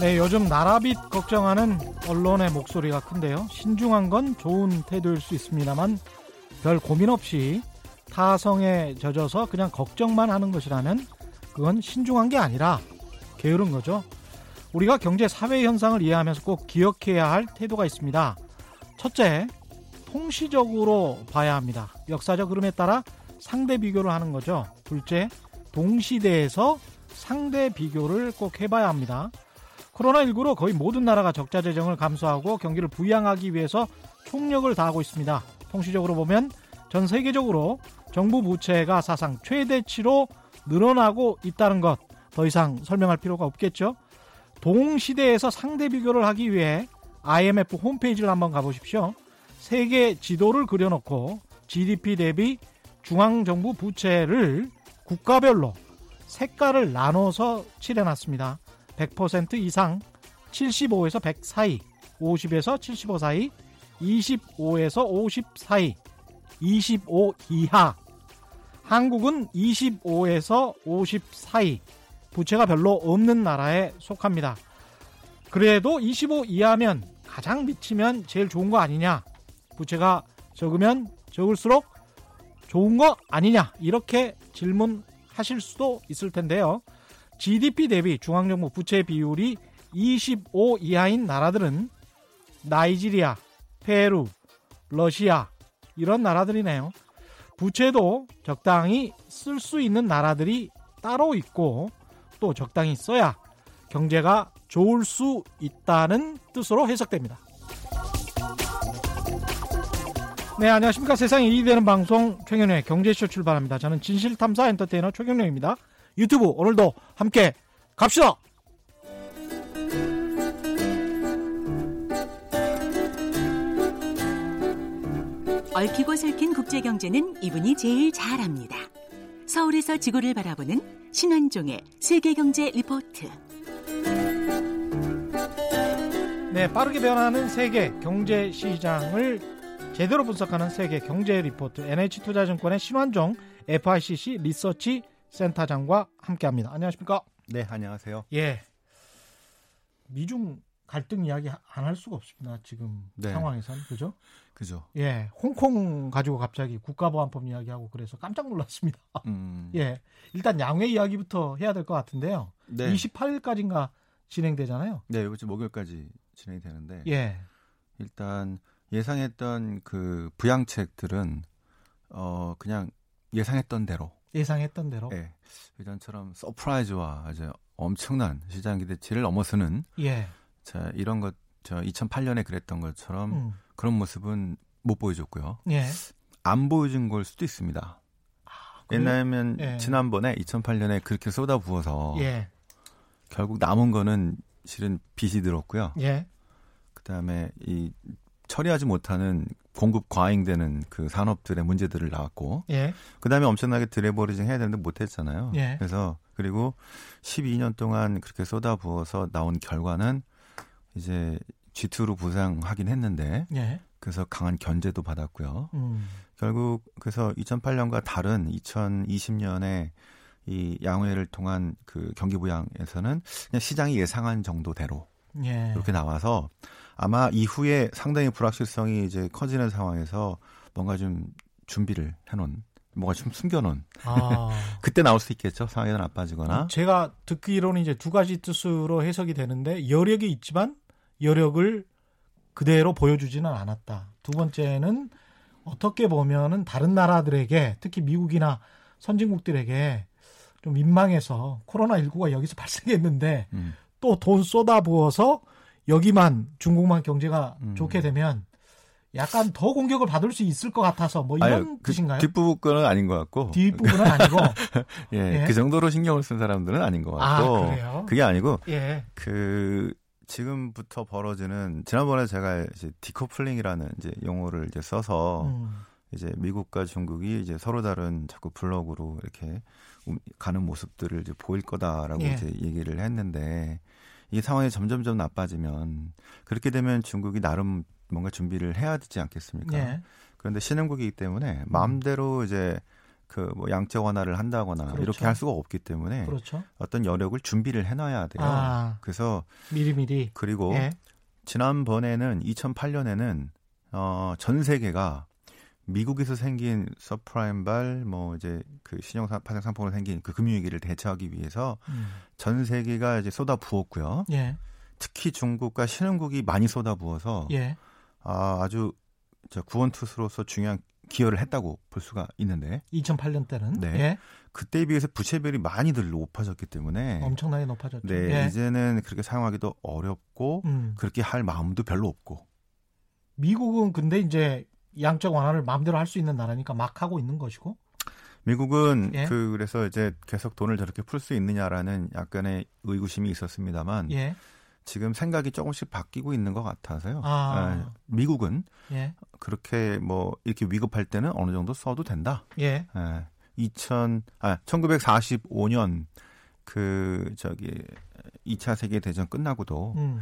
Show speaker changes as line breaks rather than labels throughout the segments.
네, 요즘 나라빛 걱정하는 언론의 목소리가 큰데요. 신중한 건 좋은 태도일 수 있습니다만 별 고민 없이 타성에 젖어서 그냥 걱정만 하는 것이라면 그건 신중한 게 아니라 게으른 거죠. 우리가 경제 사회 현상을 이해하면서 꼭 기억해야 할 태도가 있습니다. 첫째, 통시적으로 봐야 합니다. 역사적 흐름에 따라 상대 비교를 하는 거죠. 둘째, 동시대에서 상대 비교를 꼭 해봐야 합니다. 코로나19로 거의 모든 나라가 적자 재정을 감소하고 경기를 부양하기 위해서 총력을 다하고 있습니다. 통시적으로 보면 전 세계적으로 정부 부채가 사상 최대치로 늘어나고 있다는 것 더 이상 설명할 필요가 없겠죠. 동시대에서 상대 비교를 하기 위해 IMF 홈페이지를 한번 가보십시오. 세계 지도를 그려놓고 GDP 대비 중앙정부 부채를 국가별로 색깔을 나눠서 칠해놨습니다. 100% 이상 75에서 100 사이 50에서 75 사이 25에서 50 사이 25 이하 한국은 25에서 50 사이 부채가 별로 없는 나라에 속합니다. 그래도 25 이하면 가장 미치면 제일 좋은 거 아니냐 부채가 적으면 적을수록 좋은 거 아니냐 이렇게 질문하실 수도 있을 텐데요. GDP 대비 중앙정부 부채 비율이 25 이하인 나라들은 나이지리아, 페루, 러시아 이런 나라들이네요. 부채도 적당히 쓸 수 있는 나라들이 따로 있고 또 적당히 써야 경제가 좋을 수 있다는 뜻으로 해석됩니다. 네, 안녕하십니까. 세상에 이익이 되는 방송 최경련의 경제쇼 출발합니다. 저는 진실탐사 엔터테이너 최경련입니다. 유튜브 오늘도 함께 갑시다.
얽히고 설킨 국제 경제는 이분이 제일 잘합니다. 서울에서 지구를 바라보는 신원종의 세계 경제 리포트.
네, 빠르게 변하는 세계 경제 시장을 제대로 분석하는 세계 경제 리포트 NH투자증권의 신환종 FICC 리서치 센터장과 함께합니다. 안녕하십니까?
네, 안녕하세요.
예. 미중 갈등 이야기 안 할 수가 없습니다. 지금
네.
상황에선 그죠?
그죠?
예. 홍콩 가지고 갑자기 국가보안법 이야기하고 그래서 깜짝 놀랐습니다.
음,
예. 일단 양회 이야기부터 해야 될 것 같은데요.
네,
28일까지인가 진행되잖아요.
네, 이번 주 목요일까지 진행이 되는데
예.
일단 예상했던 그 부양책들은 어 그냥 예상했던 대로,
예상했던 대로.
예, 예전처럼 서프라이즈와 아주 엄청난 시장 기대치를 넘어서는
예.
자 이런 것, 저 2008년에 그랬던 것처럼
음.
그런 모습은 못 보여줬고요.
예.
안 보여준 걸 수도 있습니다.
아, 그래요?
왜냐하면
예.
지난번에 2008년에 그렇게 쏟아부어서
예.
결국 남은 거는 실은 빚이 늘었고요.
예.
그다음에 이 처리하지 못하는 공급 과잉되는 그 산업들의 문제들을 나왔고
예.
그다음에 엄청나게 드레버리징 해야 되는데 못했잖아요.
예.
그래서 그리고 12년 동안 그렇게 쏟아부어서 나온 결과는 이제 G2로 부상하긴 했는데
예.
그래서 강한 견제도 받았고요.
음.
결국 그래서 2008년과 다른 2020년에 이 양회를 통한 그 경기 부양에서는 그냥 시장이 예상한 정도대로
예.
이렇게 나와서 아마 이후에 상당히 불확실성이 이제 커지는 상황에서 뭔가 좀 준비를 해놓은 뭔가 좀 숨겨놓은
아.
그때 나올 수 있겠죠 상황이 더 나빠지거나
제가 듣기로는 이제 두 가지 뜻으로 해석이 되는데 여력이 있지만 여력을 그대로 보여주지는 않았다. 두 번째는 어떻게 보면은 다른 나라들에게 특히 미국이나 선진국들에게 좀 민망해서 코로나19가 여기서 발생했는데
음,
또 돈 쏟아부어서 여기만 중국만 경제가
음.
좋게 되면 약간 더 공격을 받을 수 있을 것 같아서 뭐 이런
아유, 그
뜻인가요?
뒷부분 거는 아닌 것 같고
뒷부분은 아니고
예,
예.
그 정도로 신경을 쓴 사람들은 아닌 것
아
같고
그래요?
그게 아니고
예.
그 지금부터 벌어지는 지난번에 제가 이제 디커플링이라는 이제 용어를 이제 써서
음.
이제 미국과 중국이 이제 서로 다른 자꾸 블록으로 이렇게 움- 가는 모습들을 이제 보일 거다라고
예.
이제 얘기를 했는데 이 상황이 점점점 나빠지면 그렇게 되면 중국이 나름 뭔가 준비를 해야 되지 않겠습니까?
예.
그런데 신흥국이기 때문에 마음대로 이제 그 뭐 양적 완화를 한다거나
그렇죠.
이렇게 할 수가 없기 때문에
그렇죠.
어떤 여력을 준비를 해놔야 돼요.
아.
그래서
미리미리.
그리고
예.
지난번에는 2008년에는 어, 전 세계가 미국에서 생긴 서프라임발 뭐 이제 그 신용 사- 파생 상품으로 생긴 그 금융위기를 대처하기 위해서
음.
전 세계가 이제 쏟아 부었고요.
예.
특히 중국과 신흥국이 많이 쏟아 부어서
예.
아, 아주 저 구원투수로서 중요한 기여를 했다고 볼 수가 있는데
2008년 때는
네.
예.
그때에 비해서 부채비율이 많이들 높아졌기 때문에
엄청나게 높아졌죠.
네,
예.
이제는 그렇게 사용하기도 어렵고
음.
그렇게 할 마음도 별로 없고
미국은 근데 이제 양적 완화를 마음대로 할 수 있는 나라니까 막 하고 있는 것이고.
미국은
예.
그 그래서 이제 계속 돈을 저렇게 풀 수 있느냐라는 약간의 의구심이 있었습니다만
예.
지금 생각이 조금씩 바뀌고 있는 것 같아서요.
아.
미국은
예.
그렇게 뭐 이렇게 위급할 때는 어느 정도 써도 된다.
예.
예. 2000, 아, 1945년 그 저기 2차 세계 대전 끝나고도
음.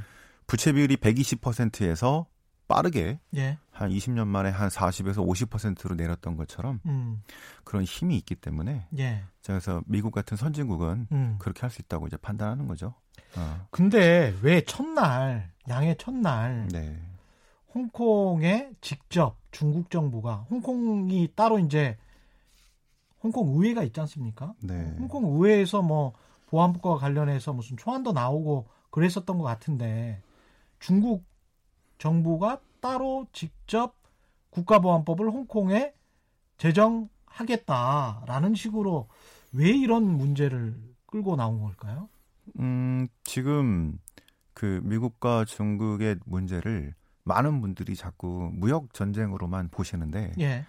부채 비율이 120%에서 빠르게
예.
한 20년 만에 한 40에서 50%로 내렸던 것처럼
음.
그런 힘이 있기 때문에
예.
그래서 미국 같은 선진국은
음.
그렇게 할 수 있다고 이제 판단하는 거죠. 어,
근데 왜 첫날 양의 첫날
네.
홍콩에 직접 중국 정부가 홍콩이 따로 이제 홍콩 의회가 있지 않습니까?
네.
홍콩 의회에서 뭐 보안법과 관련해서 무슨 초안도 나오고 그랬었던 것 같은데 중국 정부가 따로 직접 국가보안법을 홍콩에 제정하겠다라는 식으로 왜 이런 문제를 끌고 나온 걸까요?
음, 지금 그 미국과 중국의 문제를 많은 분들이 자꾸 무역 전쟁으로만 보시는데
예,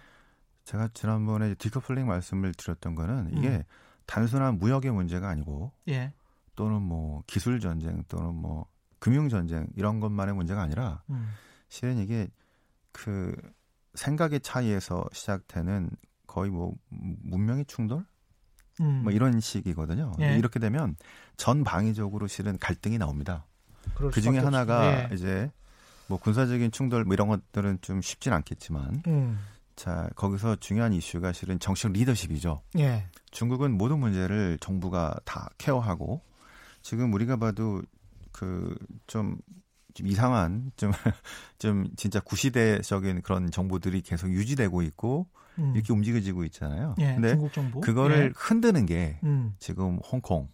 제가 지난번에 디커플링 말씀을 드렸던 거는 이게
음.
단순한 무역의 문제가 아니고
예,
또는 뭐 기술 전쟁 또는 뭐 금융 전쟁 이런 것만의 문제가 아니라
음,
실은 이게 그 생각의 차이에서 시작되는 거의 뭐 문명의 충돌
음,
뭐 이런 식이거든요.
예.
이렇게 되면 전방위적으로 실은 갈등이 나옵니다.
그럴
그 중에
수밖에
하나가
없- 예.
이제 뭐 군사적인 충돌 뭐 이런 것들은 좀 쉽진 않겠지만
음,
자 거기서 중요한 이슈가 실은 정식 리더십이죠.
예,
중국은 모든 문제를 정부가 다 케어하고 지금 우리가 봐도 그좀 좀 이상한 좀, 좀 진짜 구시대적인 그런 정부들이 계속 유지되고 있고
음,
이렇게 움직여지고 있잖아요.
예,
근데
중국 정부
그거를 흔드는 게
예, 음,
지금 홍콩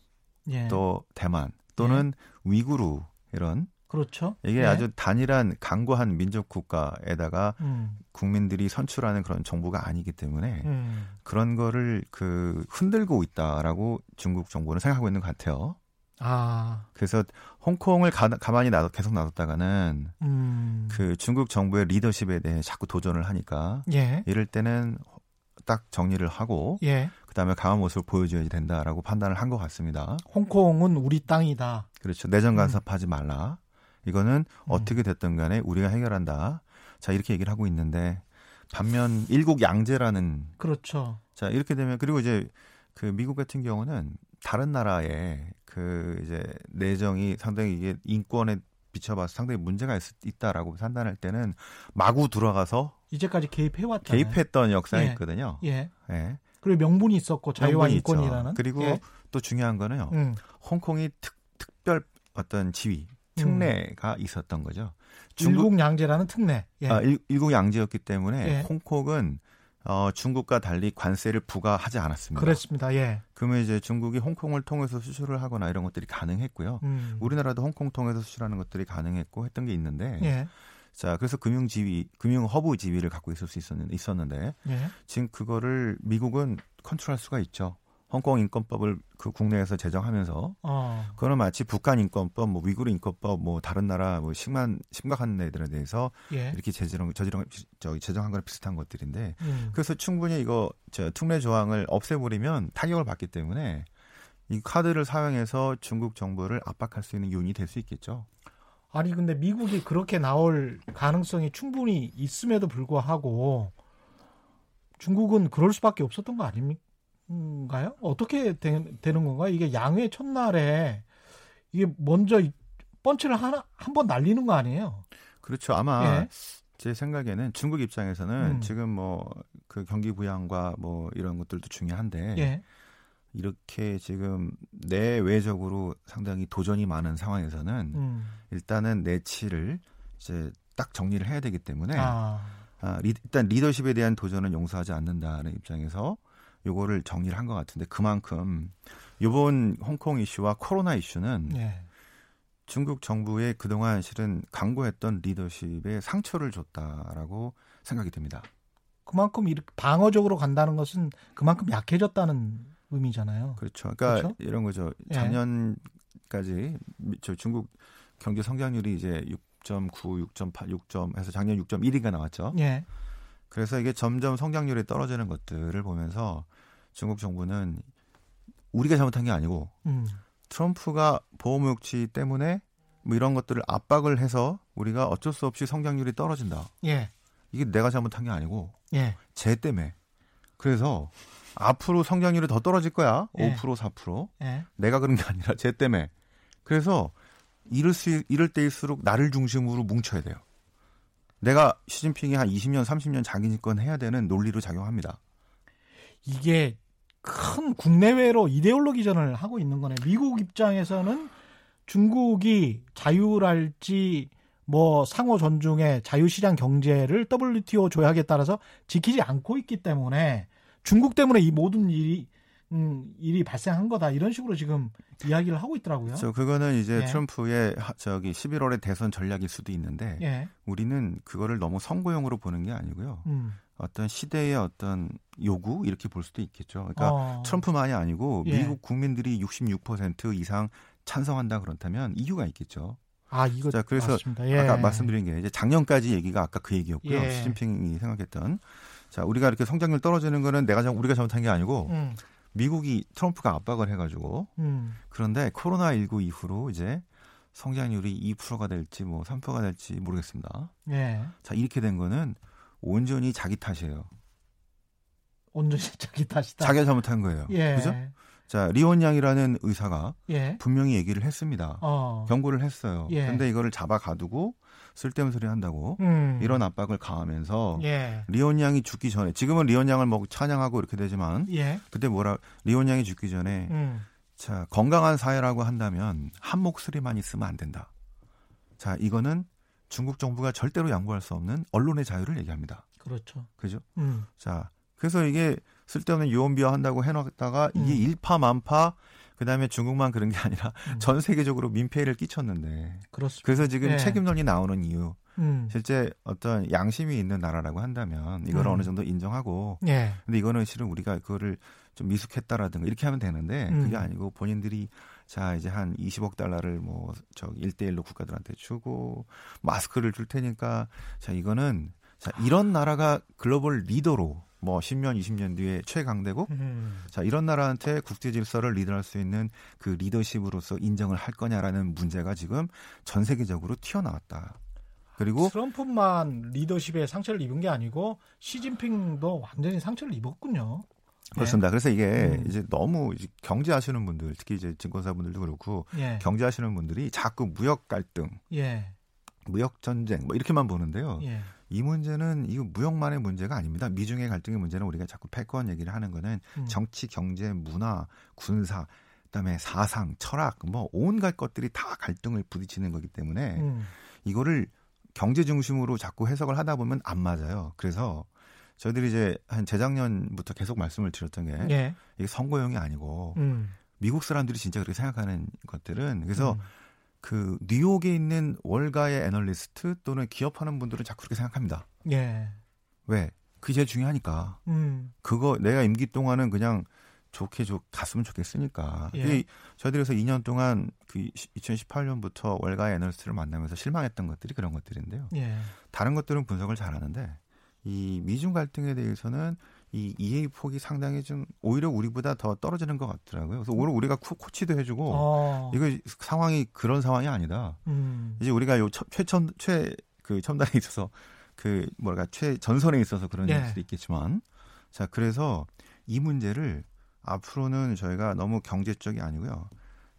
예,
또 대만 또는 위구르 이런
그렇죠.
이게
예,
아주 단일한 강고한 민족 국가에다가
음,
국민들이 선출하는 그런 정부가 아니기 때문에
음.
그런 거를 그 흔들고 있다라고 중국 정부는 생각하고 있는 것 같아요.
아,
그래서 홍콩을 가, 가만히 놔둬, 계속 놔뒀다가는
음,
그 중국 정부의 리더십에 대해 자꾸 도전을 하니까
예,
이럴 때는 딱 정리를 하고
예,
그다음에 강한 모습을 보여줘야 된다라고 판단을 한 것 같습니다.
홍콩은 우리 땅이다.
그렇죠.
음.
내정 간섭하지 말라. 이거는 어떻게 됐든 간에 우리가 해결한다. 자 이렇게 얘기를 하고 있는데 반면 일국 양제라는
그렇죠.
자 이렇게 되면 그리고 이제 그 미국 같은 경우는 다른 나라에 그 이제 내정이 상당히 이게 인권에 비춰봐서 상당히 문제가 있, 있다라고 판단할 때는 마구 들어가서
이제까지 개입해 왔잖아요.
개입했던 역사가
예.
있거든요.
예.
예.
그리고 명분이 있었고 자유와
명분이 있죠.
인권이라는.
그리고
예.
또 중요한 거는요.
음,
홍콩이 특, 특별 어떤 지위 특례가 있었던 거죠.
음. 일국 양제라는 특례. 예.
아, 일, 일국 양제였기 때문에
예.
홍콩은 어, 중국과 달리 관세를 부과하지 않았습니다.
그랬습니다. 예.
그러면 이제 중국이 홍콩을 통해서 수출을 하거나 이런 것들이 가능했고요.
음,
우리나라도 홍콩 통해서 수출하는 것들이 가능했고 했던 게 있는데,
예.
자 그래서 금융 지위, 금융 허브 지위를 갖고 있을 수 있었는데, 있었는데
예.
지금 그거를 미국은 컨트롤할 수가 있죠. 홍콩 인권법을 그 국내에서 제정하면서
어.
그거는 마치 북한 인권법, 뭐 위구르 인권법, 뭐 다른 나라 뭐 심한 심각한 애들에 대해서
예.
이렇게 제정 저지렁 저 제정한 거랑 비슷한 것들인데
음,
그래서 충분히 이거 저 특례 조항을 없애버리면 타격을 받기 때문에 이 카드를 사용해서 중국 정부를 압박할 수 있는 요인이 될 수 있겠죠.
아니 근데 미국이 그렇게 나올 가능성이 충분히 있음에도 불구하고 중국은 그럴 수밖에 없었던 거 아닙니까요? 어떻게 되, 되는 건가? 이게 양회 첫날에 이게 먼저 이- 펀치를 하나 한 번 날리는 거 아니에요?
그렇죠. 아마
예.
제 생각에는 중국 입장에서는
음.
지금 뭐 그 경기 부양과 뭐 이런 것들도 중요한데
예.
이렇게 지금 내외적으로 상당히 도전이 많은 상황에서는
음.
일단은 내치를 이제 딱 정리를 해야 되기 때문에
아.
아, 리- 일단 리더십에 대한 도전은 용서하지 않는다는 입장에서 요거를 정리를 한 것 같은데 그만큼 요번 홍콩 이슈와 코로나 이슈는
예.
중국 정부의 그동안 실은 강구했던 리더십에 상처를 줬다라고 생각이 듭니다.
그만큼 이렇게 방어적으로 간다는 것은 그만큼 약해졌다는 의미잖아요.
그렇죠. 그러니까
그렇죠?
이런 거죠.
예.
작년까지 미- 저 중국 경제 성장률이 이제 6.9, 6.8, 6점 해서 작년 6.1인가 나왔죠.
예.
그래서 이게 점점 성장률이 떨어지는 것들을 보면서 중국 정부는 우리가 잘못한 게 아니고
음.
트럼프가 보호무역치 때문에 뭐 이런 것들을 압박을 해서 우리가 어쩔 수 없이 성장률이 떨어진다.
예.
이게 내가 잘못한 게 아니고
예.
쟤 때문에. 그래서 앞으로 성장률이 더 떨어질 거야.
예.
5% 4%.
예.
내가 그런 게 아니라 쟤 때문에. 그래서 이럴 수 이럴 때일수록 나를 중심으로 뭉쳐야 돼요. 내가 시진핑이 한 20년 30년 자기 집권 해야 되는 논리로 작용합니다.
이게 큰 국내외로 이데올로기전을 하고 있는 거네. 미국 입장에서는 중국이 자유랄지 뭐 상호 존중의 자유시장 경제를 WTO 조약에 따라서 지키지 않고 있기 때문에 중국 때문에 이 모든 일이 음, 일이 발생한 거다 이런 식으로 지금 이야기를 하고 있더라고요.
저 그거는 이제
예.
트럼프의 하- 저기 11월의 대선 전략일 수도 있는데
예,
우리는 그거를 너무 선거용으로 보는 게 아니고요.
음,
어떤 시대의 어떤 요구 이렇게 볼 수도 있겠죠. 그러니까
어,
트럼프만이 아니고
예.
미국 국민들이 66% 이상 찬성한다 그렇다면 이유가 있겠죠.
아 이거
자, 그래서
맞습니다. 예.
아까 말씀드린 게 이제 작년까지 얘기가 아까 그 얘기였고요.
예.
시진핑이 생각했던 자 우리가 이렇게 성장률 떨어지는 거는 내가 잘- 우리가 잘못한 게 아니고
음,
미국이 트럼프가 압박을 해가지고
음,
그런데 코로나 19 이후로 이제 성장률이 2%가 될지 뭐 3%가 될지 모르겠습니다.
예,
자 이렇게 된 거는 온전히 자기 탓이에요.
온전히 자기 탓이다.
자기가 잘못한 거예요.
예,
그죠? 자 리원 양이라는 의사가
예,
분명히 얘기를 했습니다.
어,
경고를 했어요.
예.
근데 이거를 잡아 가두고 쓸데없는 소리 한다고
음,
이런 압박을 가하면서
예,
리온 양이 죽기 전에 지금은 리온 양을 먹 찬양하고 이렇게 되지만
예,
그때 뭐라 리온 양이 죽기 전에
음,
자 건강한 사회라고 한다면 한 목소리만 있으면 안 된다. 자 이거는 중국 정부가 절대로 양보할 수 없는 언론의 자유를 얘기합니다.
그렇죠.
그죠?
음,
자 그래서 이게 쓸데없는 유언비어 한다고 해놨다가 이게
음.
일파만파 그다음에 중국만 그런 게 아니라
음.
전 세계적으로 민폐를 끼쳤는데
그렇습니다.
그래서 지금
예.
책임론이 나오는 이유
음,
실제 어떤 양심이 있는 나라라고 한다면 이걸
음.
어느 정도 인정하고
예,
근데 이거는 실은 우리가 그거를 좀 미숙했다라든가 이렇게 하면 되는데
음.
그게 아니고 본인들이 자 이제 한 20억 달러를 뭐저 1대1로 국가들한테 주고 마스크를 줄 테니까 자 이거는 자 이런 나라가 글로벌 리더로 뭐 10년 20년 뒤에 최강대국
음,
자 이런 나라한테 국제 질서를 리드할 수 있는 그 리더십으로서 인정을 할 거냐라는 문제가 지금 전 세계적으로 튀어나왔다. 그리고
트럼프만 리더십에 상처를 입은 게 아니고 시진핑도 완전히 상처를 입었군요. 예.
그렇습니다. 그래서 이게
네. 음.
이제 너무 이제 경제하시는 분들, 특히 이제 증권사분들도 그렇고
예,
경제하시는 분들이 자꾸 무역 갈등,
예,
무역 전쟁 뭐 이렇게만 보는데요.
예,
이 문제는 이거 무역만의 문제가 아닙니다. 미중의 갈등의 문제는 우리가 자꾸 패권 얘기를 하는 거는
음,
정치, 경제, 문화, 군사, 그다음에 사상, 철학 뭐 온갖 것들이 다 갈등을 부딪히는 거기 때문에
음,
이거를 경제 중심으로 자꾸 해석을 하다 보면 안 맞아요. 그래서 저희들이 이제 한 재작년부터 계속 말씀을 드렸던 게
예,
이게 선거용이 아니고
음,
미국 사람들이 진짜 그렇게 생각하는 것들은 그래서
음,
그 뉴욕에 있는 월가의 애널리스트 또는 기업하는 분들은 자꾸 그렇게 생각합니다.
예,
왜? 그게 제일 중요하니까.
음,
그거 내가 임기 동안은 그냥 좋게 좋 갔으면 좋겠으니까.
예.
이게 저희들에서 2년 동안 그 2018년부터 월가의 애널리스트를 만나면서 실망했던 것들이 그런 것들인데요.
예,
다른 것들은 분석을 잘하는데 이 미중 갈등에 대해서는 이 EA 폭이 상당히 좀 오히려 우리보다 더 떨어지는 것 같더라고요. 그래서 오늘 우리가 코- 코치도 해주고
어,
이거 상황이 그런 상황이 아니다.
음,
이제 우리가 요 처- 최첨 최그 첨단에 있어서 그 뭐랄까 최 전선에 있어서 그런
네.
수도 있겠지만 자 그래서 이 문제를 앞으로는 저희가 너무 경제적이 아니고요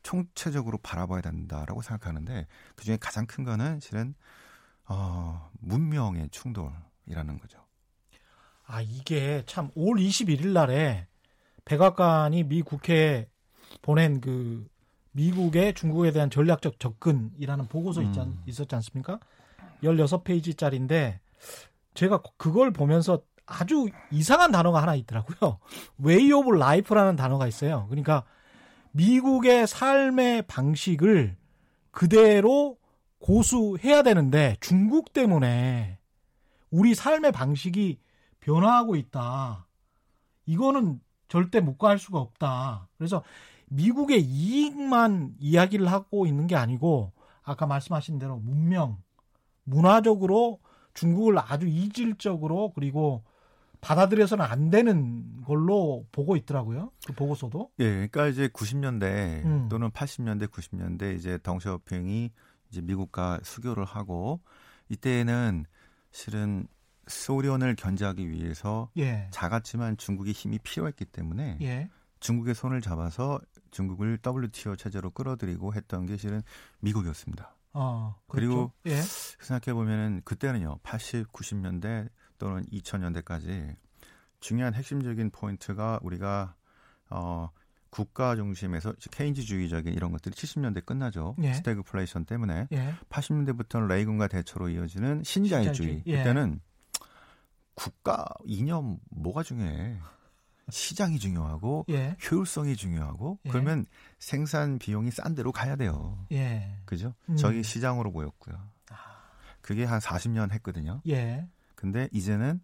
총체적으로 바라봐야 된다라고 생각하는데 그중에 가장 큰 거는 실은 어, 문명의 충돌이라는 거죠.
아, 이게 참 올 21일 날에 백악관이 미 국회에 보낸 그 미국의 중국에 대한 전략적 접근이라는 보고서 있지 않,
음.
있었지 않습니까? 16페이지짜리인데 제가 그걸 보면서 아주 이상한 단어가 하나 있더라고요. 웨이 오브 라이프라는 단어가 있어요. 그러니까 미국의 삶의 방식을 그대로 고수해야 되는데 중국 때문에 우리 삶의 방식이 변화하고 있다. 이거는 절대 묵과할 수가 없다. 그래서 미국의 이익만 이야기를 하고 있는 게 아니고 아까 말씀하신 대로 문명, 문화적으로 중국을 아주 이질적으로 그리고 받아들여서는 안 되는 걸로 보고 있더라고요. 그 보고서도.
예, 그러니까 이제 90년대
음.
또는 80년대, 90년대 이제 덩샤오핑이 이제 미국과 수교를 하고 이때에는 실은 소련을 견제하기 위해서
예.
작았지만 중국의 힘이 필요했기 때문에
예.
중국의 손을 잡아서 중국을 WTO 체제로 끌어들이고 했던 게 실은 미국이었습니다.
어. 그렇죠. 예.
생각해 보면은 그때는요, 80, 90년대 또는 2000년대까지 중요한 핵심적인 포인트가 우리가 어 국가 중심에서 케인즈주의적인 이런 것들이 70년대 끝나죠.
예.
스태그플레이션 때문에
예.
80년대부터는 레이건과 대처로 이어지는 신자유주의.
신자유주의, 예.
그때는 국가 이념 뭐가 중요해? 시장이 중요하고
예.
효율성이 중요하고
예.
그러면 생산 비용이 싼 데로 가야 돼요.
예.
그죠?
음. 아.
저기 시장으로 보였고요. 그게 한 40년 했거든요.
예.
근데 이제는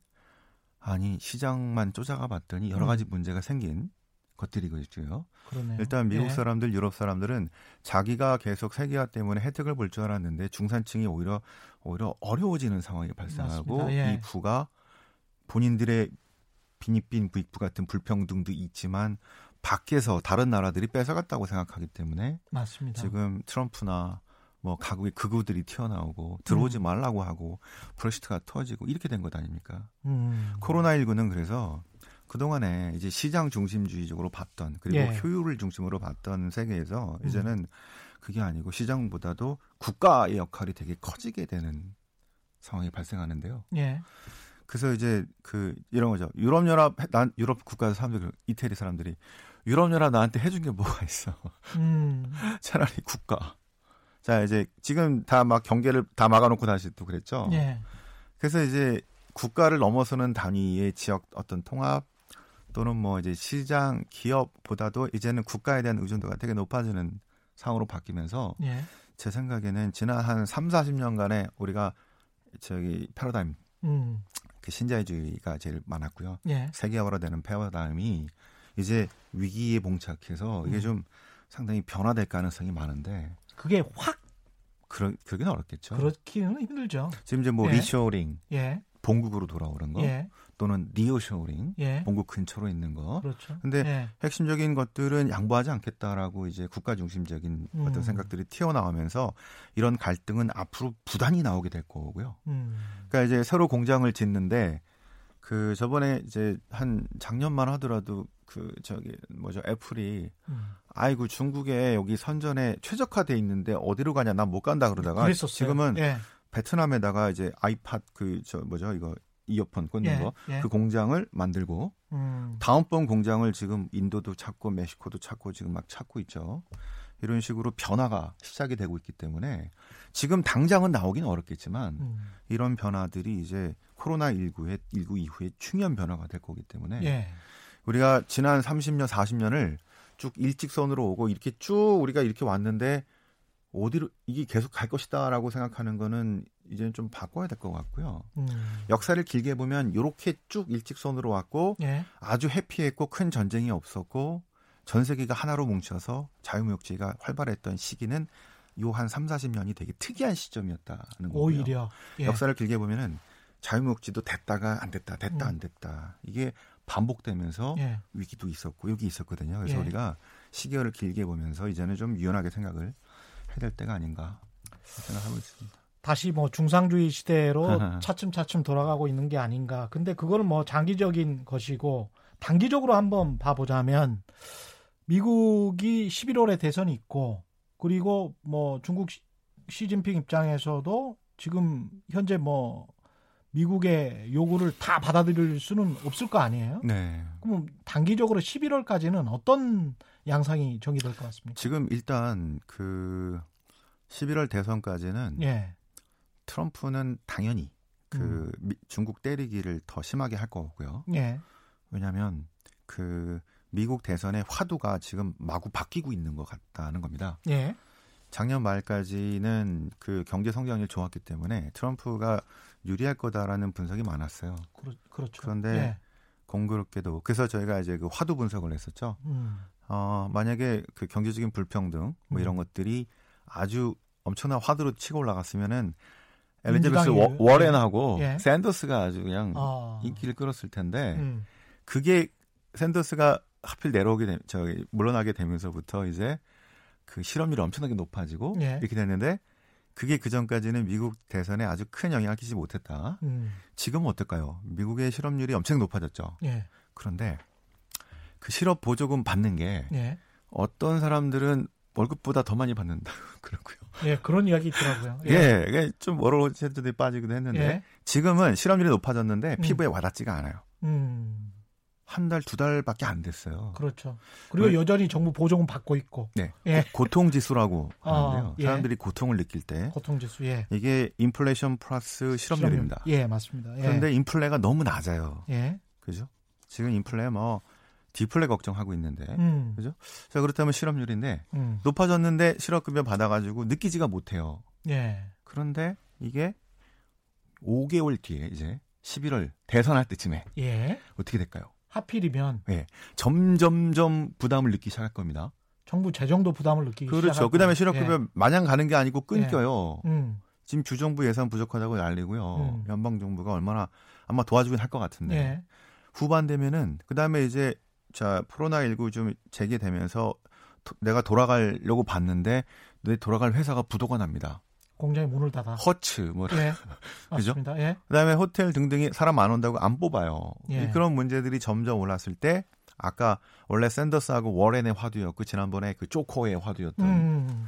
아니 시장만 쫓아가 봤더니 여러
음.
가지 문제가 생긴 것들이거든요.
그러네요.
일단 미국
예.
사람들, 유럽 사람들은 자기가 계속 세계화 때문에 혜택을 볼 줄 알았는데 중산층이 오히려 오히려 어려워지는 상황이 발생하고
맞습니다. 예.
이 부가 본인들의 빈익빈 부익부 같은 불평등도 있지만 밖에서 다른 나라들이 뺏어갔다고 생각하기 때문에
맞습니다.
지금 트럼프나 뭐 가국의 극우들이 튀어나오고 들어오지
음.
말라고 하고 브렉시트가 터지고 이렇게 된 것 아닙니까?
음.
코로나19는 그래서 그동안에 이제 시장 중심주의적으로 봤던 그리고
예.
효율을 중심으로 봤던 세계에서
음.
이제는 그게 아니고 시장보다도 국가의 역할이 되게 커지게 되는 상황이 발생하는데요.
예.
그래서 이제 그 이런 거죠. 유럽 연합 난 유럽 국가 사람들 그 이태리 사람들이 유럽 연합 나한테 해준 게 뭐가 있어?
음.
차라리 국가. 자, 이제 지금 다 막 경계를 다 막아놓고 다시 또 그랬죠.
예.
그래서 이제 국가를 넘어서는 단위의 지역 어떤 통합 또는 뭐 이제 시장, 기업보다도 이제는 국가에 대한 의존도가 되게 높아지는 상황으로 바뀌면서
예.
제 생각에는 지난 한 3, 40년간에 우리가 저기 패러다임,
음.
그 신자유주의가 제일 많았고요.
예.
세계화되는 패러다임이 이제 위기에 봉착해서 이게
음.
좀 상당히 변화될 가능성이 많은데
그게 확
그러, 그러긴 어렵겠죠.
그렇기는 힘들죠.
지금 이제 뭐
예.
리쇼링
예.
본국으로 돌아오는 거
예.
또는 리오쇼링
예.
본국 근처로 있는 거
그렇죠.
근데
예.
핵심적인 것들은 양보하지 않겠다라고 이제 국가 중심적인
음.
어떤 생각들이 튀어나오면서 이런 갈등은 앞으로 부단히 나오게 될 거고요.
음.
그러니까 이제 새로 공장을 짓는데 그 저번에 이제 한 작년만 하더라도 그 저기 뭐죠 애플이
음.
아이고 중국에 여기 선전에 최적화돼 있는데 어디로 가냐 난 못 간다 그러다가
그랬었어요.
지금은
예.
베트남에다가 이제 아이팟 그 저 뭐죠 이거 이어폰 꽂는
예.
거.
예.
그 공장을 만들고
음.
다음번 공장을 지금 인도도 찾고 멕시코도 찾고 지금 막 찾고 있죠. 이런 식으로 변화가 시작이 되고 있기 때문에 지금 당장은 나오긴 어렵겠지만
음.
이런 변화들이 이제 코로나 19에 19 이후에 중요한 변화가 될 거기 때문에
예.
우리가 지난 30년 40년을 쭉 일직선으로 오고 이렇게 쭉 우리가 이렇게 왔는데 어디로 이게 계속 갈 것이다라고 생각하는 거는 이제는 좀 바꿔야 될 것 같고요.
음.
역사를 길게 보면 이렇게 쭉 일직선으로 왔고
예.
아주 해피했고 큰 전쟁이 없었고 전 세계가 하나로 뭉쳐서 자유무역주의가 활발했던 시기는 요 한 3, 40년이 되게 특이한 시점이었다는 거고요.
오히려 예.
역사를 길게 보면은 자유무역주의도 됐다가 안 됐다, 됐다
음.
안 됐다. 이게 반복되면서
예.
위기도 있었고 여기 있었거든요. 그래서
예.
우리가 시계열을 길게 보면서 이제는 좀 유연하게 생각을 해야 될 때가 아닌가 생각하고 있습니다.
다시 뭐 중상주의 시대로 차츰차츰 돌아가고 있는 게 아닌가. 근데 그거는 뭐 장기적인 것이고 단기적으로 한번 봐보자면 미국이 11월에 대선이 있고 그리고 뭐 중국 시- 시진핑 입장에서도 지금 현재 뭐 미국의 요구를 다 받아들일 수는 없을 거 아니에요?
네.
그럼 단기적으로 11월까지는 어떤 양상이 정의될 것 같습니까?
지금 일단 그 11월 대선까지는
예.
트럼프는 당연히 그
음.
미- 중국 때리기를 더 심하게 할 거고요.
예.
왜냐하면 그 미국 대선의 화두가 지금 마구 바뀌고 있는 것 같다는 겁니다.
예.
작년 말까지는 그 경제 성장률 좋았기 때문에 트럼프가 유리할 거다라는 분석이 많았어요.
그렇, 그렇죠.
그런데
예.
공교롭게도 그래서 저희가 이제 그 화두 분석을 했었죠.
음.
어, 만약에 그 경제적인 불평등 뭐 이런
음.
것들이 아주 엄청난 화두로 치고 올라갔으면은 엘리자베스
민주당이- 그
워- 워렌하고
예.
샌더스가 아주 그냥
아.
인기를 끌었을 텐데
음.
그게 샌더스가 하필 내려오게 되, 저기 물러나게 되면서부터 이제 그 실업률이 엄청나게 높아지고
예.
이렇게 됐는데 그게 그 전까지는 미국 대선에 아주 큰 영향을 끼치지 못했다.
음.
지금은 어떨까요? 미국의 실업률이 엄청 높아졌죠.
예.
그런데 그 실업 보조금 받는 게
예.
어떤 사람들은 월급보다 더 많이 받는다 그렇고요.
예. 그런 이야기 있더라고요.
예, 네. 그게 좀 워러로 샌드들이 빠지기도 했는데
예.
지금은 실업률이 높아졌는데
음.
피부에 와닿지가 않아요.
음.
한 달, 두 달밖에 안 됐어요.
그렇죠. 그리고
왜-
여전히 정부 보조금 받고 있고
네.
예.
고- 고통지수라고
어,
하는데요.
예.
사람들이 고통을 느낄 때
고통지수 예.
이게 인플레이션 플러스 네. 실업률입니다.
실업률. 예, 맞습니다. 예.
그런데 네. 인플레가 너무 낮아요.
예.
그죠? 지금 인플레 뭐 디플레 걱정하고 있는데.
음.
자, 그렇다면 실업률인데
음.
높아졌는데 실업급여 받아가지고 느끼지가 못해요.
예.
그런데 이게 5개월 뒤에 이제 11월 대선할 때쯤에
예.
어떻게 될까요?
하필이면
점점점 부담을 느끼기 시작할 겁니다.
정부 재정도 부담을 느끼기
그렇죠.
시작하고.
그다음에 실업급여
예.
마냥 가는 게 아니고 끊겨요.
음.
지금 주정부 예산 부족하다고 난리고요.
음.
연방 정부가 얼마나 아마 도와주긴 할 것 같은데
예.
후반 되면은 그 다음에 이제 자 코로나 19좀 재개되면서 도- 내가 돌아가려고 봤는데 내 돌아갈 회사가 부도가 납니다.
공장의 문을 닫아.
허츠 뭐
예.
그죠?
맞습니다. 예.
그다음에 호텔 등등이 사람 안 온다고 안 뽑아요.
예.
이 그런 문제들이 점점 올랐을 때 아까 원래 샌더스하고 워렌의 화두였고 지난번에 그 조커의 화두였던
음.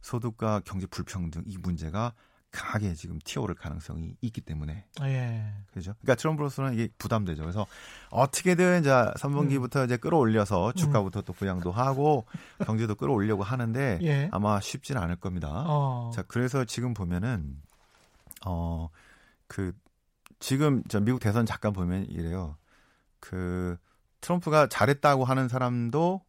소득과 경제 불평등 이 문제가 강하게 지금 튀어오를 가능성이 있기 때문에
예.
그죠? 그러니까 트럼프로서는 이게 부담되죠. 그래서 어떻게든 자 3분기부터 이제
음.
끌어올려서 주가부터 또 부양도 하고 경제도 끌어올려고 하는데
예.
아마 쉽진 않을 겁니다.
어.
네. 아, 자 그래서 지금 보면은 어 그 지금 저 미국 대선 잠깐 보면 이래요. 그 트럼프가 잘했다고 하는 사람도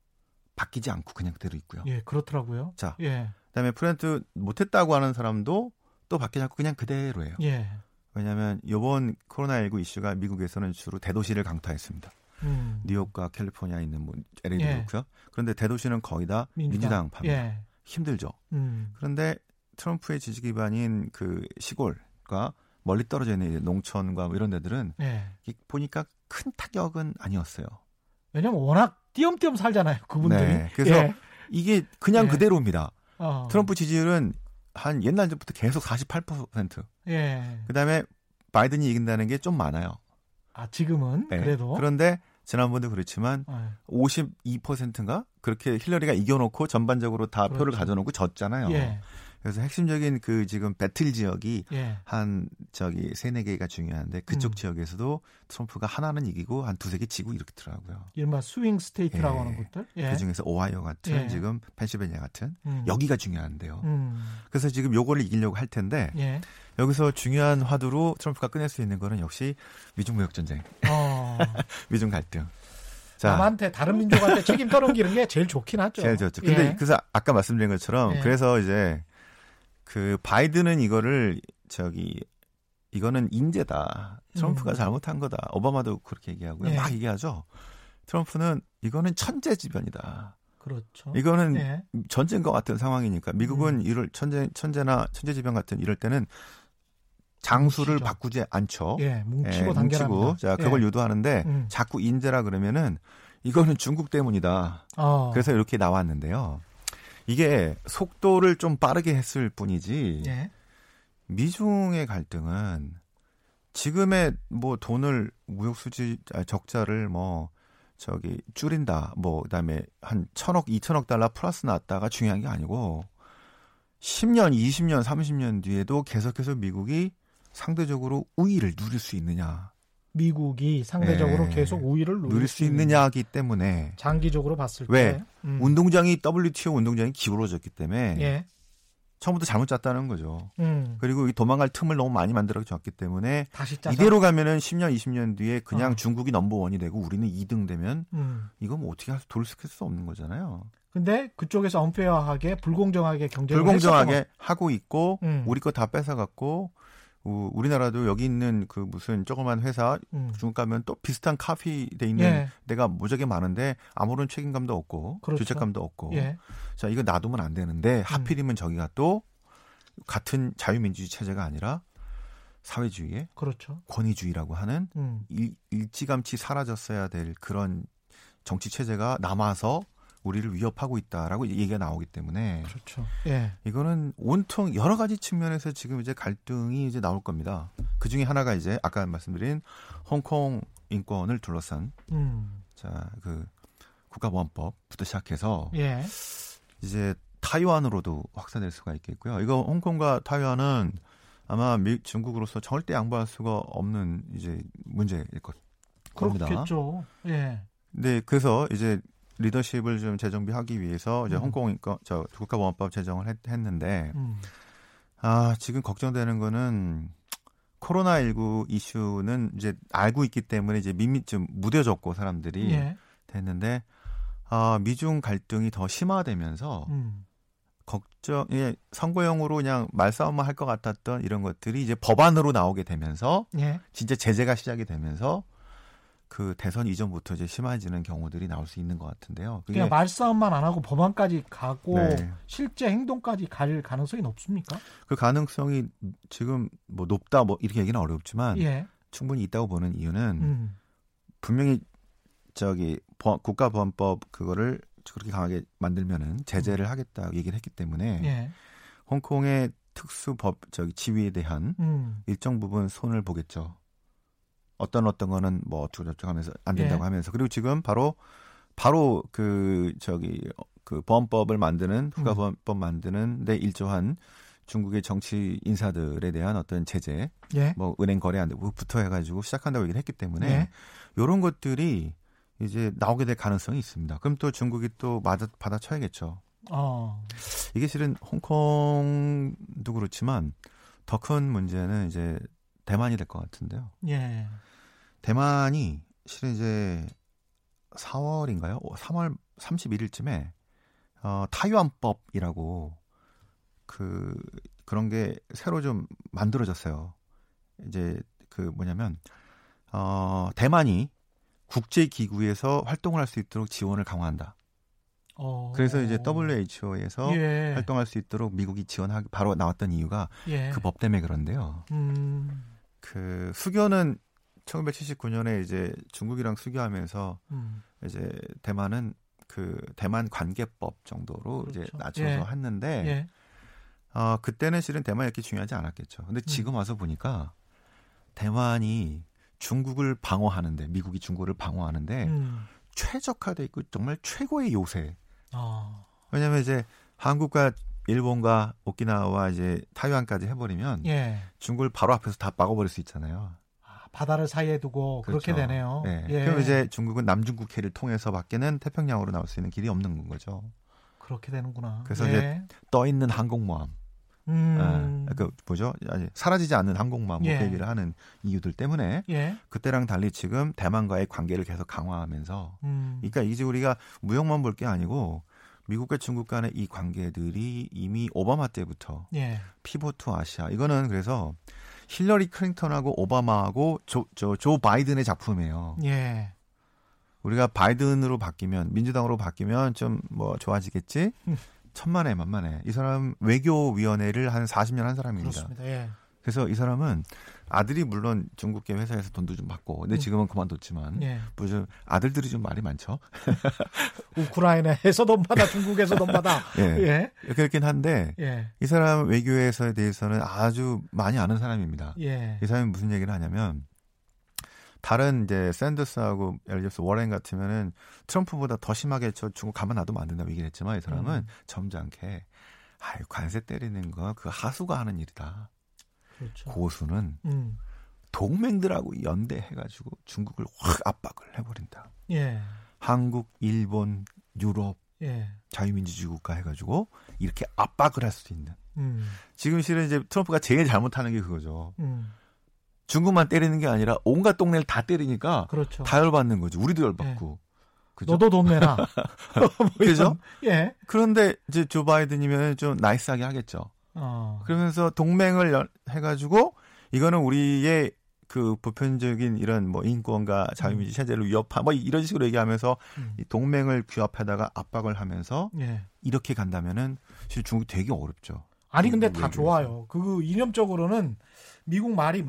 바뀌지 않고 그냥 그대로 있고요.
예, 그렇더라고요.
자
예.
그다음에 프렌트 못했다고 하는 사람도 또 바뀌지 않고 그냥 그대로예요.
예.
왜냐하면 이번 코로나19 이슈가 미국에서는 주로 대도시를 강타했습니다.
음.
뉴욕과 캘리포니아에 있는 뭐 LA도
예.
그렇고요. 그런데 대도시는 거의 다 민주당,
민주당.
파
예.
힘들죠.
음.
그런데 트럼프의 지지 기반인 그 시골과 멀리 떨어져 있는 이제 농촌과 뭐 이런 데들은
예.
이- 보니까 큰 타격은 아니었어요.
왜냐면 워낙 띄엄띄엄 살잖아요. 그분들이.
네, 그래서
예.
이게 그냥
예.
그대로입니다.
어.
트럼프 지지율은 한 옛날 전부터 계속 48%.
예.
그다음에 바이든이 이긴다는 게 좀 많아요.
아, 지금은
네.
그래도.
그런데 지난번도 그렇지만
예.
52%인가 그렇게 힐러리가 이겨놓고 전반적으로 다
그렇죠.
표를 가져놓고 졌잖아요.
예.
그래서 핵심적인 그 지금 배틀 지역이
예.
한 저기 세네 개가 중요한데 그쪽
음.
지역에서도 트럼프가 하나는 이기고 한 두세 개 지고 이렇더라고요.
이른바 스윙 스테이트라고
예.
하는 곳들. 예.
그 중에서 오하이오 같은
예.
지금 펜실베니아 같은
음.
여기가 중요한데요.
음.
그래서 지금 요거를 이기려고 할 텐데
예.
여기서 중요한 화두로 트럼프가 꺼낼 수 있는 거는 역시 미중 무역 전쟁,
어.
미중 갈등.
남한테 다른 민족한테 책임 떠넘기는 게 제일 좋긴 하죠.
제일 좋죠. 근데
예.
그래서 아까 말씀드린 것처럼
예.
그래서 이제 그 바이든은 이거를 저기 이거는 인재다. 트럼프가
음.
잘못한 거다. 오바마도 그렇게 얘기하고요.
예.
막 얘기하죠. 트럼프는 이거는 천재지변이다.
그렇죠.
이거는
예.
전쟁과 같은 상황이니까 미국은
음.
이럴 천재 천재나 천재지변 같은 이럴 때는 장수를
뭉치죠.
바꾸지 않죠.
예. 뭉치고
예,
단결합니다.
뭉치고. 자 그걸
예.
유도하는데
음.
자꾸 인재라 그러면은 이거는 중국 때문이다.
어.
그래서 이렇게 나왔는데요. 이게 속도를 좀 빠르게 했을 뿐이지
예.
미중의 갈등은 지금의 뭐 돈을 무역 수지 아, 적자를 뭐 저기 줄인다 뭐 그다음에 한 천억 이천억 달러 플러스 났다가 중요한 게 아니고 10년, 20년, 30년 뒤에도 계속해서 미국이 상대적으로 우위를 누릴 수 있느냐.
미국이 상대적으로
네.
계속 우위를 누릴,
누릴 수 있느냐기 때문에
장기적으로 봤을
왜?
때 음.
운동장이 WTO 운동장이 기울어졌기 때문에
예.
처음부터 잘못 짰다는 거죠.
음.
그리고 이 도망갈 틈을 너무 많이 만들어 줬기 때문에
다시 짜자.
이대로 가면은 10년, 20년 뒤에 그냥
어.
중국이 넘버원이 되고 우리는 2등 되면
음.
이건 뭐 어떻게 할수 돌이킬 수 없는 거잖아요.
근데 그쪽에서 엄페어하게 불공정하게 경쟁을 했었던
불공정하게 하고 있고
네, 뭐 음.
우리 거 다 뺏어갔고 우- 우리나라도 여기 있는 그 무슨 조그만 회사
거. 음.
중국 가면 또 비슷한 카피 돼 있는
예.
데가 무지하게 많은데 아무런 책임감도 없고
그렇죠.
죄책감도 없고
예. 음.
자 이거 놔두면 안 되는데 하필이면 저기가 또 같은 자유민주주의 체제가 아니라 사회주의의
그렇죠.
권위주의라고 하는
음.
일, 일찌감치 사라졌어야 될 그런 정치 체제가 남아서 우리를 위협하고 있다라고 이제 얘기가 나오기 때문에
그렇죠. 예.
이거는 온통 여러 가지 측면에서 지금 이제 갈등이 이제 나올 겁니다. 그 중에 하나가 이제 아까 말씀드린 홍콩 인권을 둘러싼
음.
자그 국가보안법부터 시작해서
예.
이제 타이완으로도 확산될 수가 있겠고요. 이거 홍콩과 타이완은 아마 미, 중국으로서 절대 양보할 수가 없는 이제 문제일 것 겁니다.
그렇겠죠. 예.
네, 그래서 이제 리더십을 좀 재정비하기 위해서 이제
음.
홍콩 인권 저 국가보안법 제정을 했, 했는데
음.
아 지금 걱정되는 거는 코로나 19 이슈는 이제 알고 있기 때문에 이제 밋밋 좀 무뎌졌고 사람들이
예.
됐는데 아 미중 갈등이 더 심화되면서
음.
걱정, 예, 선거용으로 그냥 말싸움만 할 것 같았던 이런 것들이 이제 법안으로 나오게 되면서
예.
진짜 제재가 시작이 되면서 그 대선 이전부터 이제 심해지는 경우들이 나올 수 있는 것 같은데요. 그게
그냥 말싸움만 안 하고 법안까지 가고
네.
실제 행동까지 갈 가능성이 높습니까?
그 가능성이 지금 뭐 높다 뭐 이렇게 얘기는 어렵지만
예.
충분히 있다고 보는 이유는
음.
분명히 저기 보안- 국가보안법 그거를 그렇게 강하게 만들면은 제재를 하겠다 얘기를 했기 때문에
음. 예.
홍콩의 특수법 저기 지위에 대한
음.
일정 부분 손을 보겠죠. 어떤 어떤 거는 뭐 어쩌고 저쩌고 하면서 안
예.
된다고 하면서 그리고 지금 바로 바로 그 저기 그 보안법을 만드는
음.
국가보안법 만드는 데 일조한 중국의 정치 인사들에 대한 어떤 제재,
예.
뭐 은행 거래 안 되고부터 해가지고 시작한다고 얘기를 했기 때문에
예.
이런 것들이 이제 나오게 될 가능성이 있습니다. 그럼 또 중국이 또 맞아 받아쳐야겠죠.
어.
이게 실은 홍콩도 그렇지만 더 큰 문제는 이제 대만이 될 것 같은데요.
예.
대만이 실은 이제 4월인가요? 3월 31일쯤에 어, 타이완법이라고 그 그런 게 새로 좀 만들어졌어요. 이제 그 뭐냐면 어, 대만이 국제 기구에서 활동을 할 수 있도록 지원을 강화한다.
어.
그래서 이제 WHO에서
예.
활동할 수 있도록 미국이 지원하기 바로 나왔던 이유가
예.
그 법 때문에 그런데요.
음.
그 수교는 1979년에 이제 중국이랑 수교하면서
음.
이제 대만은 그 대만 관계법 정도로 이제
그렇죠.
낮춰서
예.
했는데
예.
어, 그때는 실은 대만이 이렇게 중요하지 않았겠죠. 근데 지금 와서 보니까 대만이 중국을 방어하는데 미국이 중국을 방어하는데
음.
최적화돼 있고 정말 최고의 요새
어.
왜냐면 이제 한국과 일본과 오키나와 이제 타이완까지 해버리면
예.
중국을 바로 앞에서 다 막아버릴 수 있잖아요.
아, 바다를 사이에 두고 그렇게
그렇죠.
되네요.
네.
예.
그럼 이제 중국은 남중국해를 통해서 밖에는 태평양으로 나올 수 있는 길이 없는 거죠.
그렇게 되는구나.
그래서
예.
이제 떠 있는 항공모함,
음.
예, 그 뭐죠? 아니, 사라지지 않는 항공모함
예.
예. 얘기를 하는 이유들 때문에
예.
그때랑 달리 지금 대만과의 관계를 계속 강화하면서,
음.
그러니까 이제 우리가 무역만 볼 게 아니고 미국과 중국 간의 이 관계들이 이미 오바마 때부터
예.
피보트 아시아. 이거는 그래서 힐러리 클린턴하고 오바마하고 조, 저, 조 바이든의 작품이에요.
예.
우리가 바이든으로 바뀌면 민주당으로 바뀌면 좀 뭐 좋아지겠지?
음.
천만에 만만해. 이 사람 외교위원회를 한 40년 한 사람입니다.
그렇습니다. 예.
그래서이 사람은 아들이 물론 중국계 회사에서 돈도 좀 받고, 근데
음.
지금은 그만뒀지만.
예.
뭐좀 아들들이 좀 말이 많죠.
우크라이나에서 돈 받아 중국에서 돈 받아.
예.
예.
그렇긴 한데
예.
이 사람 외교에 대해서는 아주 많이 아는 사람입니다.
예.
이 사람이 무슨 얘기를 하냐면 다른 이제 샌더스하고 예를 들어서 워렌 같으면은 트럼프보다 더 심하게 저 중국 가만 놔두면 안 된다고 얘기를 했지만 이 사람은
음.
점잖게 아, 관세 때리는 거 그 하수가 하는 일이다.
그렇죠.
고수는
음.
동맹들하고 연대해가지고 중국을 확 압박을 해버린다.
예.
한국, 일본, 유럽
예.
자유민주주의 국가 해가지고 이렇게 압박을 할 수도 있는.
음.
지금 실은 이제 트럼프가 제일 잘못하는 게 그거죠.
음.
중국만 때리는 게 아니라 온갖 동네를 다 때리니까
그렇죠.
다 열받는 거지. 우리도 열받고. 그죠?
네. 너도 돈 내라. 뭐 이런-
그죠?
예.
그런데 이제 조 바이든이면 좀 나이스하게 하겠죠.
어.
그러면서 동맹을 연- 해가지고 이거는 우리의 그 보편적인 이런 뭐 인권과 자유민주 체제를 위협하 뭐 이런 식으로 얘기하면서
음.
이 동맹을 규합하다가 압박을 하면서
예.
이렇게 간다면은 사실 중국 되게 어렵죠.
아니 근데
중국
다
얘기를
좋아요. 그 이념적으로는 미국 말이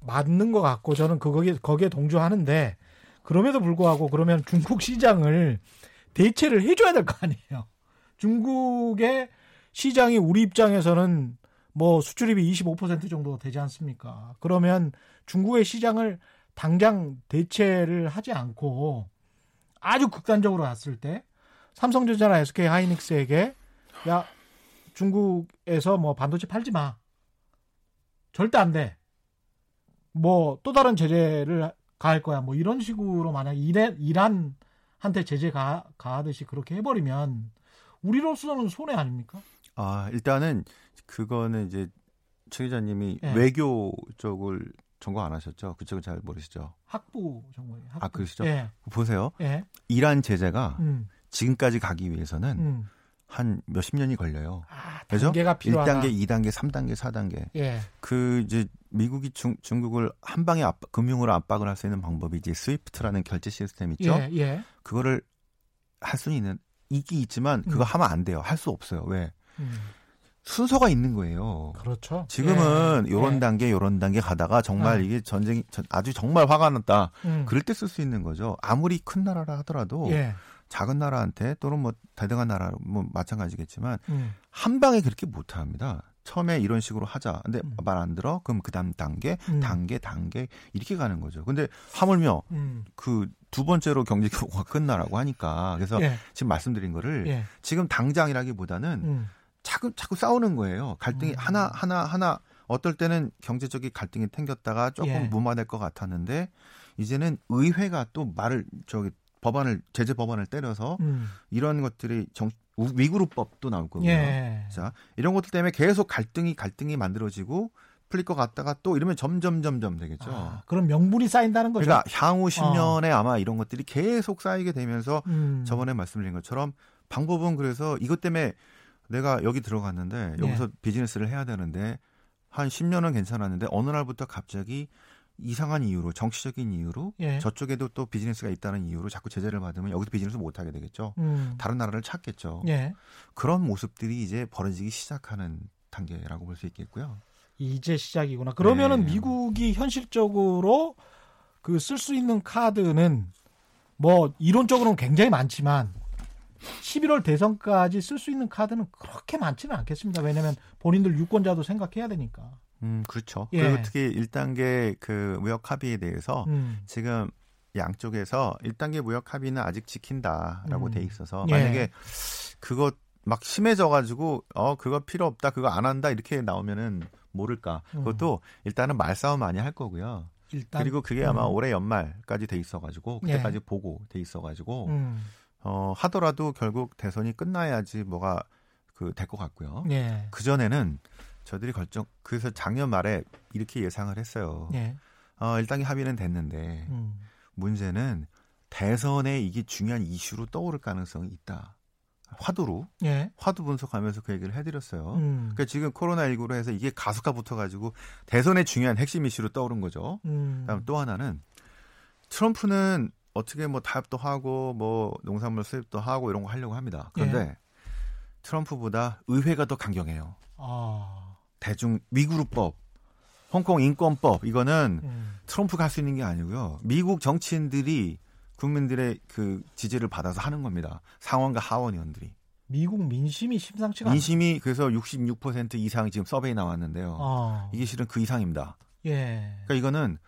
맞는 것 같고 저는 그거에 거기에 동조하는데 그럼에도 불구하고 그러면 중국 시장을 대체를 해줘야 될 거 아니에요. 중국의 시장이 우리 입장에서는 뭐 수출입이 25% 정도 되지 않습니까? 그러면 중국의 시장을 당장 대체를 하지 않고 아주 극단적으로 갔을 때 삼성전자나 SK 하이닉스에게 야 중국에서 뭐 반도체 팔지 마. 절대 안 돼. 뭐 또 다른 제재를 가할 거야. 뭐 이런 식으로 만약 이란, 이란한테 제재 가, 가하듯이 그렇게 해버리면 우리로서는 손해 아닙니까?
아 일단은 그거는 이제 최 기자님이
예.
외교 쪽을 전공 안 하셨죠? 그쪽은 잘 모르시죠?
학부 정말. 학부.
아 그러시죠?
예,
보세요.
예,
이란 제재가
음,
지금까지 가기 위해서는
음.
한 몇십 년이 걸려요.
아,
그죠?
단계가 필요하다.
1단계, 2단계, 3단계, 4단계.
예,
그 이제 미국이 중, 중국을 한 방에 압박, 금융으로 압박을 할 수 있는 방법이 이제 스위프트라는 결제 시스템 있죠.
예, 예.
그거를 할 수는 있는 있기 있지만 그거
음.
하면 안 돼요. 할 수 없어요. 왜?
음,
순서가 있는 거예요.
그렇죠.
지금은
예,
요런
예.
단계 요런 단계 가다가 정말
아.
이게 전쟁이 전- 아주 정말 화가 났다.
음,
그럴 때 쓸 수 있는 거죠. 아무리 큰 나라라 하더라도
예,
작은 나라한테 또는 뭐 대등한 나라 뭐 마찬가지겠지만
음,
한 방에 그렇게 못 합니다. 처음에 이런 식으로 하자. 근데
음.
말 안 들어. 그럼 그다음 단계,
음.
단계, 단계 이렇게 가는 거죠. 근데 하물며
음,
그 두 번째로 경제 경우가 끝나라고 하니까 그래서
예,
지금 말씀드린 거를
예,
지금 당장이라기보다는
음,
자꾸 자꾸 싸우는 거예요. 갈등이
음.
하나 하나 하나 어떨 때는 경제적인 갈등이 생겼다가 조금
예.
무마될 것 같았는데 이제는 의회가 또 말을 저기 법안을 제재 법안을 때려서
음,
이런 것들이 정 우- 위구르법도 나올 거고요.
예,
자 이런 것들 때문에 계속 갈등이 갈등이 만들어지고 풀릴 것 같다가 또 이러면 점점 점점 되겠죠.
아, 그럼 명분이 쌓인다는 거죠. 어.
그러니까 향후 10년에 아마 이런 것들이 계속 쌓이게 되면서
음.
저번에 말씀드린 것처럼 방법은 그래서 이것 때문에 내가 여기 들어갔는데
예.
여기서 비즈니스를 해야 되는데 한 10년은 괜찮았는데 어느 날부터 갑자기 이상한 이유로 정치적인 이유로
예.
저쪽에도 또 비즈니스가 있다는 이유로 자꾸 제재를 받으면 여기서 비즈니스 못 하게 되겠죠.
음.
다른 뭐. 나라를 찾겠죠.
예.
그런 모습들이 이제 벌어지기 시작하는 단계라고 볼 수 있겠고요.
이제 시작이구나. 그러면은
네.
미국이 현실적으로 그 쓸 수 있는 카드는 뭐 이론적으로는 굉장히 많지만 11월 대선까지 쓸 수 있는 카드는 그렇게 많지는 않겠습니다. 왜냐하면 본인들 유권자도 생각해야 되니까.
음, 그렇죠.
예.
그리고 특히 1단계 그 무역 합의에 대해서
음.
지금 양쪽에서 1단계 무역 합의는 아직 지킨다라고
음.
돼 있어서
예.
만약에 그거 막 심해져 가지고 어 그거 필요 없다 그거 안 한다 이렇게 나오면은 모를까
음.
그것도 일단은 말싸움 많이 할 거고요
일단
그리고 그게 아마
음.
올해 연말까지 돼 있어 가지고 그때까지 보고 돼 있어 가지고
음.
어 하더라도 결국 대선이 끝나야지 뭐가 그 될 것 같고요
예.
그 전에는 저들이 결정 그래서 작년 말에 이렇게 예상을 했어요
예.
어 1단계 합의는 됐는데
음.
문제는 대선에 이게 중요한 이슈로 떠오를 가능성이 있다. 화두로
예.
화두 분석하면서 그 얘기를 해드렸어요.
음.
그러니까 지금 코로나 19로 해서 이게 가속화 붙어가지고 대선의 중요한 핵심 이슈로 떠오른 거죠.
음.
그다음 또 하나는 트럼프는 어떻게 뭐 타협도 하고 뭐 농산물 수입도 하고 이런 거 하려고 합니다. 그런데 트럼프보다 의회가 더 강경해요.
아.
대중 위구르법, 홍콩 인권법 이거는
음.
트럼프가 할 수 있는 게 아니고요. 미국 정치인들이 국민들의 그 지지를 받아서 하는 겁니다. 상원과 하원 의원들이.
미국 민심이 심상치가
민심이 그래서 66% 이상이 지금 서베이 나왔는데요.
않아. 어.
이게 실은 그 이상입니다.
예.
그러니까 이거는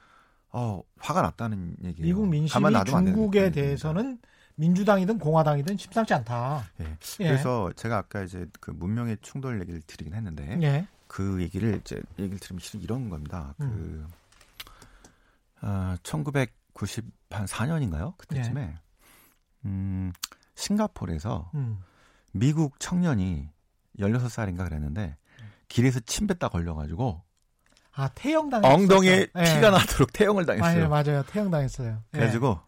어, 화가 났다는 얘기예요.
미국 민심이
가만 놔두면 안 되는
중국에
겁니다.
대해서는 민주당이든 공화당이든 심상치 않다.
예.
예.
그래서 제가 아까 이제 그 문명의 충돌 얘기를 드리긴 했는데
예.
그 얘기를 이제 얘기를 들으면 실은 이런 겁니다.
음.
그 아, 1994년인가요? 그때쯤에
예.
음, 싱가포르에서
음.
미국 청년이 16살인가 그랬는데
음.
길에서 침 뱉다 걸려가지고
아 태영 당
엉덩이에 피가 나도록 태형을
맞아요,
당했어요.
맞아요. 태영 당했어요. 예.
그래가지고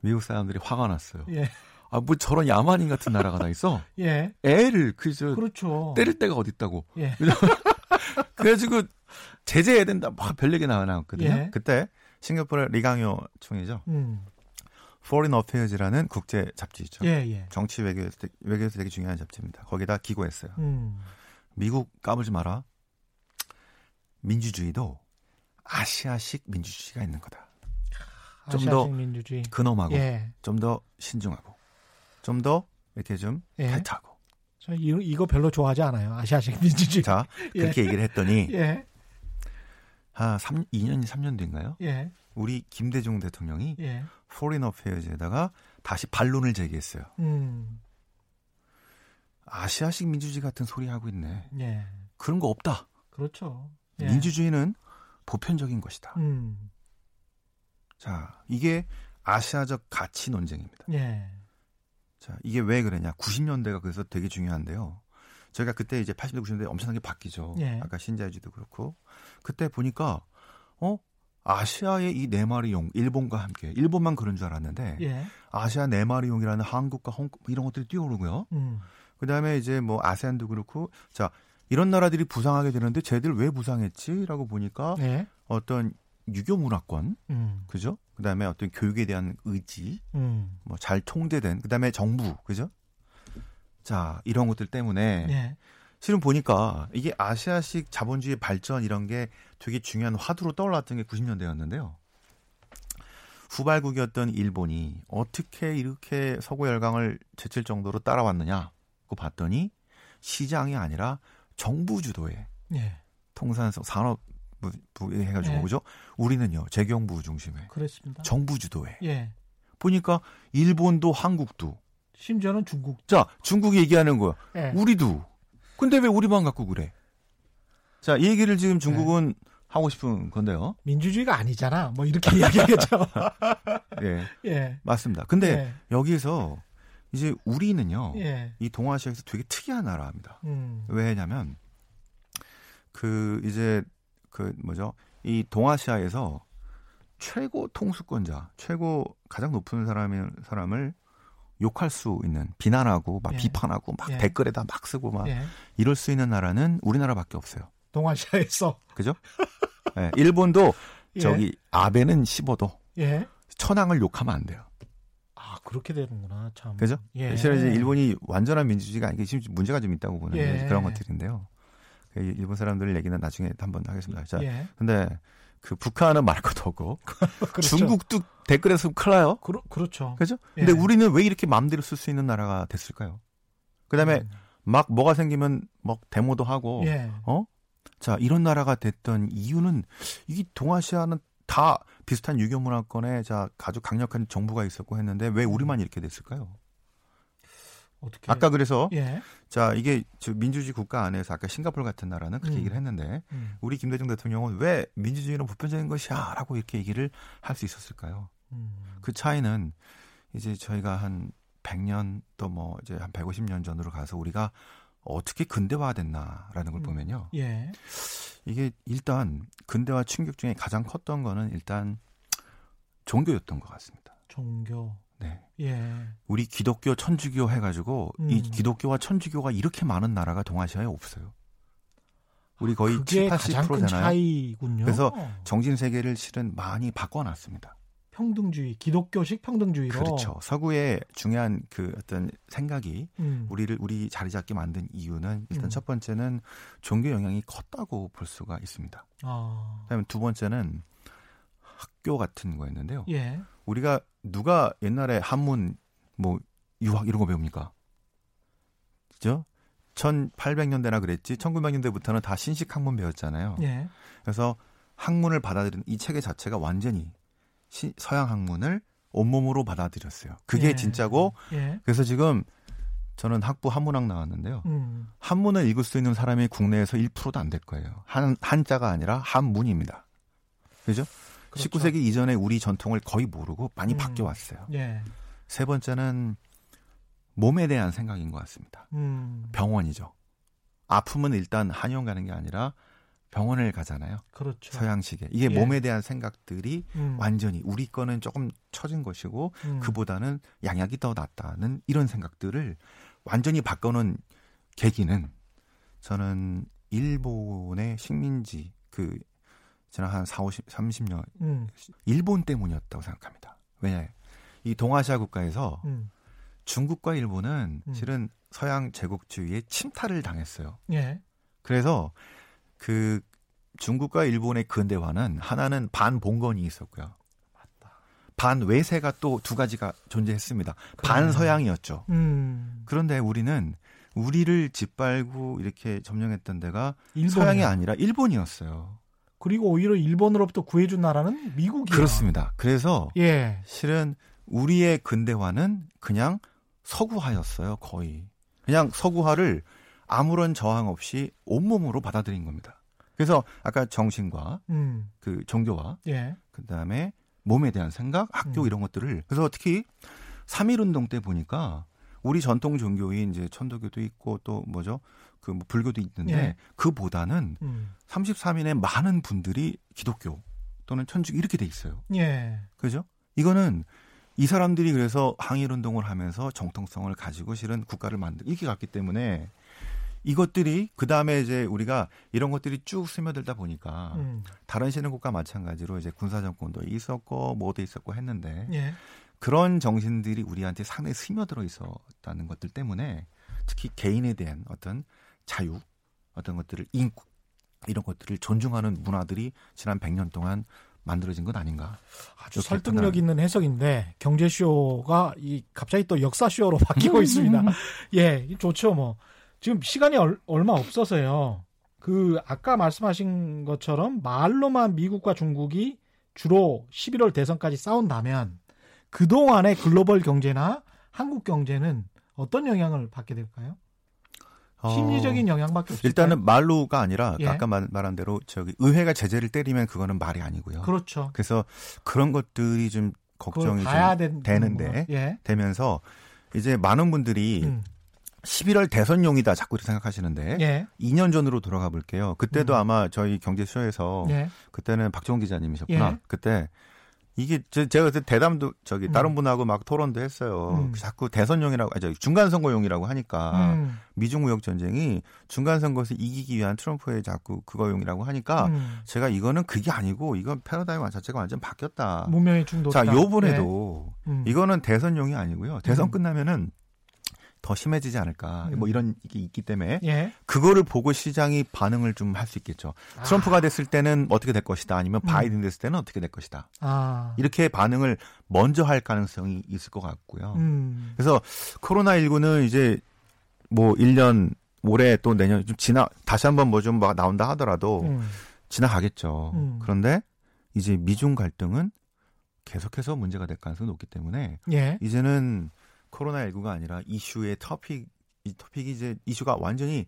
미국 사람들이 화가 났어요.
예.
아 뭐 저런 야만인 같은 나라가 다 있어?
예.
애를 그저
그렇죠.
때릴 데가 어디 있다고.
예.
그래가지고 제재해야 된다. 막별 얘기 나와 나왔거든요.
예.
그때 싱가포르 리강요 총리죠.
음.
Foreign Affairs라는 국제 잡지 있죠.
예, 예.
정치 외교에서 되게, 외교에서 되게 중요한 잡지입니다. 거기다 기고했어요.
음.
미국 까불지 마라. 민주주의도 아시아식 민주주의가 있는 거다. 좀
아시아식
더
민주주의.
근엄하고
예.
좀 더 신중하고 좀 더 이렇게 좀
예.
타이트하고.
저 이, 이거 별로 좋아하지 않아요. 아시아식 민주주의.
자 그렇게 얘기를 했더니
예.
한 3, 2년 3년 된가요?
예.
우리 김대중 대통령이
예.
포린 어페어즈에다가 다시 반론을 제기했어요.
음.
아시아식 민주주의 같은 소리 하고 있네.
예.
그런 거 없다.
그렇죠. 예.
민주주의는 보편적인 것이다.
음.
자, 이게 아시아적 가치 논쟁입니다.
예.
자, 이게 왜 그러냐? 90년대가 그래서 되게 중요한데요. 저희가 그때 이제 80년대 90년대 엄청나게 바뀌죠.
예.
아까 신자유주의도 그렇고 그때 보니까 어 아시아의 이 네 마리 용 일본과 함께 일본만 그런 줄 알았는데
예.
아시아 네 마리 용이라는 한국과 홍콩 뭐 이런 것들이 뛰어오르고요.
음.
그다음에 이제 뭐 아세안도 그렇고 자 이런 나라들이 부상하게 되는데 쟤들 왜 부상했지라고 보니까
예.
어떤 유교 문화권
음.
그죠? 그다음에 어떤 교육에 대한 의지
음.
뭐 잘 통제된 그다음에 정부 그죠? 자 이런 것들 때문에
예.
실은 보니까 이게 아시아식 자본주의 발전 이런 게 되게 중요한 화두로 떠올랐던 게 90년대였는데요. 후발국이었던 일본이 어떻게 이렇게 서구 열강을 제칠 정도로 따라왔느냐고 봤더니 시장이 아니라 정부 주도의
예.
통산성 산업부 해가지고
네.
그죠? 우리는요 재경부 중심의
그렇습니다.
정부 주도의
예.
보니까 일본도 한국도
심지어는 중국.
자 중국이 얘기하는 거야.
예.
우리도. 근데 왜 우리만 갖고 그래? 자, 이 얘기를 지금 중국은
네.
하고 싶은 건데요.
민주주의가 아니잖아. 뭐 이렇게 이야기하겠죠.
예,
예.
맞습니다. 근데
예.
여기에서 이제 우리는요,
예.
이 동아시아에서 되게 특이한 나라입니다.
음.
왜냐면 그 이제 그 뭐죠? 이 동아시아에서 최고 통수권자, 최고 가장 높은 사람을 사람을 욕할 수 있는 비난하고 막
예.
비판하고 막
예.
댓글에다 막 쓰고 막
예.
이럴 수 있는 나라는 우리나라밖에 없어요.
동아시아에서.
그죠? 예, 일본도
예.
저기 아베는 15도
예.
천황을 욕하면 안 돼요.
아, 그렇게 되는구나. 참.
그죠?
예.
실은 이제 일본이 완전한 민주주의가 아니고 지금 문제가 좀 있다고 보는
예.
그런 것들인데요. 그 일본 사람들 얘기는 나중에 한번 하겠습니다. 자,
예.
근데 그 북한은 말할 것도 없고
그렇죠.
중국도 댓글에서 큰일 나요.
그러, 그렇죠.
그죠?
예.
근데 우리는 왜 이렇게 마음대로 쓸 수 있는 나라가 됐을까요? 그다음에
음.
막 뭐가 생기면 막 데모도 하고
예.
어? 자, 이런 나라가 됐던 이유는 이 동아시아는 다 비슷한 유교 문화권에 자 아주 강력한 정부가 있었고 했는데 왜
음.
우리만 이렇게 됐을까요?
어떻게
아까 그래서
예.
자 이게 저 민주주의 국가 안에서 아까 싱가포르 같은 나라는 그렇게
음.
얘기를 했는데
음.
우리 김대중 대통령은 왜 민주주의는 보편적인 것이야라고 이렇게 얘기를 할 수 있었을까요?
음.
그 차이는 이제 저희가 한 100년 또 뭐 이제 한 150년 전으로 가서 우리가 어떻게 근대화됐나라는 걸
음.
보면요.
예.
이게 일단 근대화 충격 중에 가장 컸던 거는 일단 종교였던 것 같습니다.
종교.
네.
예.
우리 기독교, 천주교 해가지고
음.
이 기독교와 천주교가 이렇게 많은 나라가 동아시아에 없어요. 우리 거의
그게
7,
가장 큰
80%잖아요.
차이군요.
그래서
어.
정신 세계를 실은 많이 바꿔놨습니다.
평등주의, 기독교식 평등주의로.
그렇죠. 서구의 중요한 그 어떤 생각이
음.
우리를 우리 자리 잡게 만든 이유는 일단
음.
첫 번째는 종교 영향이 컸다고 볼 수가 있습니다.
아.
그다음에 두 번째는 학교 같은 거였는데요.
예.
우리가 누가 옛날에 한문 뭐 유학 이런 거 배웁니까? 그죠? 1800년대나 그랬지 1900년대부터는 다 신식 학문 배웠잖아요.
예.
그래서 학문을 받아들이는 이 체계 자체가 완전히 시- 서양 학문을 온몸으로 받아들였어요. 그게
예.
진짜고
예.
그래서 지금 저는 학부 한문학 나왔는데요.
음.
한문을 읽을 수 있는 사람이 국내에서 1%도 안 될 거예요. 한 한자가 아니라 한문입니다. 그죠?
그렇죠.
19세기 이전에 우리 전통을 거의 모르고 많이
음.
바뀌어 왔어요.
예.
세 번째는 몸에 대한 생각인 것 같습니다.
음.
병원이죠. 아픔은 일단 한의원 가는 게 아니라 병원을 가잖아요.
그렇죠.
서양식에. 이게
예.
몸에 대한 생각들이
음.
완전히 우리 거는 조금 처진 것이고
음.
그보다는 양약이 더 낫다는 이런 생각들을 완전히 바꿔놓은 계기는 저는 일본의 식민지 그 지난 한 4, 50, 30년
음.
일본 때문이었다고 생각합니다. 왜? 이 동아시아 국가에서
음.
중국과 일본은
음.
실은 서양 제국주의의 침탈을 당했어요.
예.
그래서 그 중국과 일본의 근대화는 하나는 반봉건이 있었고요. 반외세가 또 두 가지가 존재했습니다. 반서양이었죠.
음.
그런데 우리는 우리를 짓밟고 이렇게 점령했던 데가
일본이요.
서양이 아니라 일본이었어요.
그리고 오히려 일본으로부터 구해준 나라는 미국이에요.
그렇습니다. 그래서
예.
실은 우리의 근대화는 그냥 서구화였어요, 거의. 그냥 서구화를 아무런 저항 없이 온몸으로 받아들인 겁니다. 그래서 아까 정신과
음.
그 종교와
예.
그다음에 몸에 대한 생각, 학교
음.
이런 것들을 그래서 특히 3.1 운동 때 보니까 우리 전통 종교인 이제 천도교도 있고 또 뭐죠? 그뭐 불교도 있는데
예.
그보다는
음.
33인의 많은 분들이 기독교 또는 천주교 이렇게 돼 있어요.
예.
그죠? 이거는 이 사람들이 그래서 항일 운동을 하면서 정통성을 가지고 실은 국가를 만들 이렇게 갔기 때문에 이것들이 그 다음에 이제 우리가 이런 것들이 쭉 스며들다 보니까
음.
다른 신흥 국가 마찬가지로 이제 군사 정권도 있었고 뭐도 있었고 했는데
예.
그런 정신들이 우리한테 상당히 스며들어 있었다는 것들 때문에 특히 개인에 대한 어떤 자유 어떤 것들을 인권 이런 것들을 존중하는 문화들이 지난 100년 동안 만들어진 것 아닌가
아주
이렇게
설득력
판단하는-
있는 해석인데 경제쇼가 이 갑자기 또 역사쇼로 바뀌고 있습니다. 예, 좋죠 뭐. 지금 시간이 얼, 마 없어서요. 그 아까 말씀하신 것처럼 말로만 미국과 중국이 주로 11월 대선까지 싸운다면 그동안의 글로벌 경제나 한국 경제는 어떤 영향을 받게 될까요?
어.
심리적인 영향밖에 없을까요?
일단은 말로가 아니라
네. 예.
아까 말, 한 대로 저기 의회가 제재를 때리면 그거는 말이 아니고요. 그
그렇죠.
래서 그런 것들이 좀
그걸
걱정이
봐야 된-
좀 되는데. 예.
되는구나. 예.
되면서 이제 많은 분들이
음,
11월 대선용이다 자꾸 이렇게 생각하시는데
예.
2년 전으로 돌아가 볼게요. 그때도
음.
아마 저희 경제쇼에서
예.
그때는 박종 기자님이셨구나.
예.
그때 이게 제- 제가 그때 대담도 저기
음.
다른 분하고 막 토론도 했어요.
음.
자꾸 대선용이라고 아 저기 중간 선거용이라고 하니까
음,
미중 무역 전쟁이 중간 선거에서 이기기 위한 트럼프의 자꾸 그거용이라고 하니까
음.
제가 이거는 그게 아니고 이건 패러다임 자체가 완전 바뀌었다.
문명의 예. 음. 중독.
자, 요번에도 이거는 대선용이 아니고요. 대선
네. 음.
끝나면은 더 심해지지 않을까.
음.
뭐 이런 게 있기 때문에
예.
그거를 보고 시장이 반응을 좀 할 수 있겠죠. 트럼프가 됐을 때는 어떻게 될 것이다. 아니면
아. 음.
바이든 됐을 때는 어떻게 될 것이다.
아,
이렇게 반응을 먼저 할 가능성이 있을 것 같고요.
음,
그래서 코로나19는 이제 뭐 1년 올해 또 내년 좀 지나 다시 한번 뭐 좀 막 나온다 하더라도
음,
지나가겠죠.
음.
그런데 이제 미중 갈등은 계속해서 문제가 될 가능성이 높기 때문에
예,
이제는 코로나19가 아니라 이슈의 터픽 이 터픽이 이제 이슈가 완전히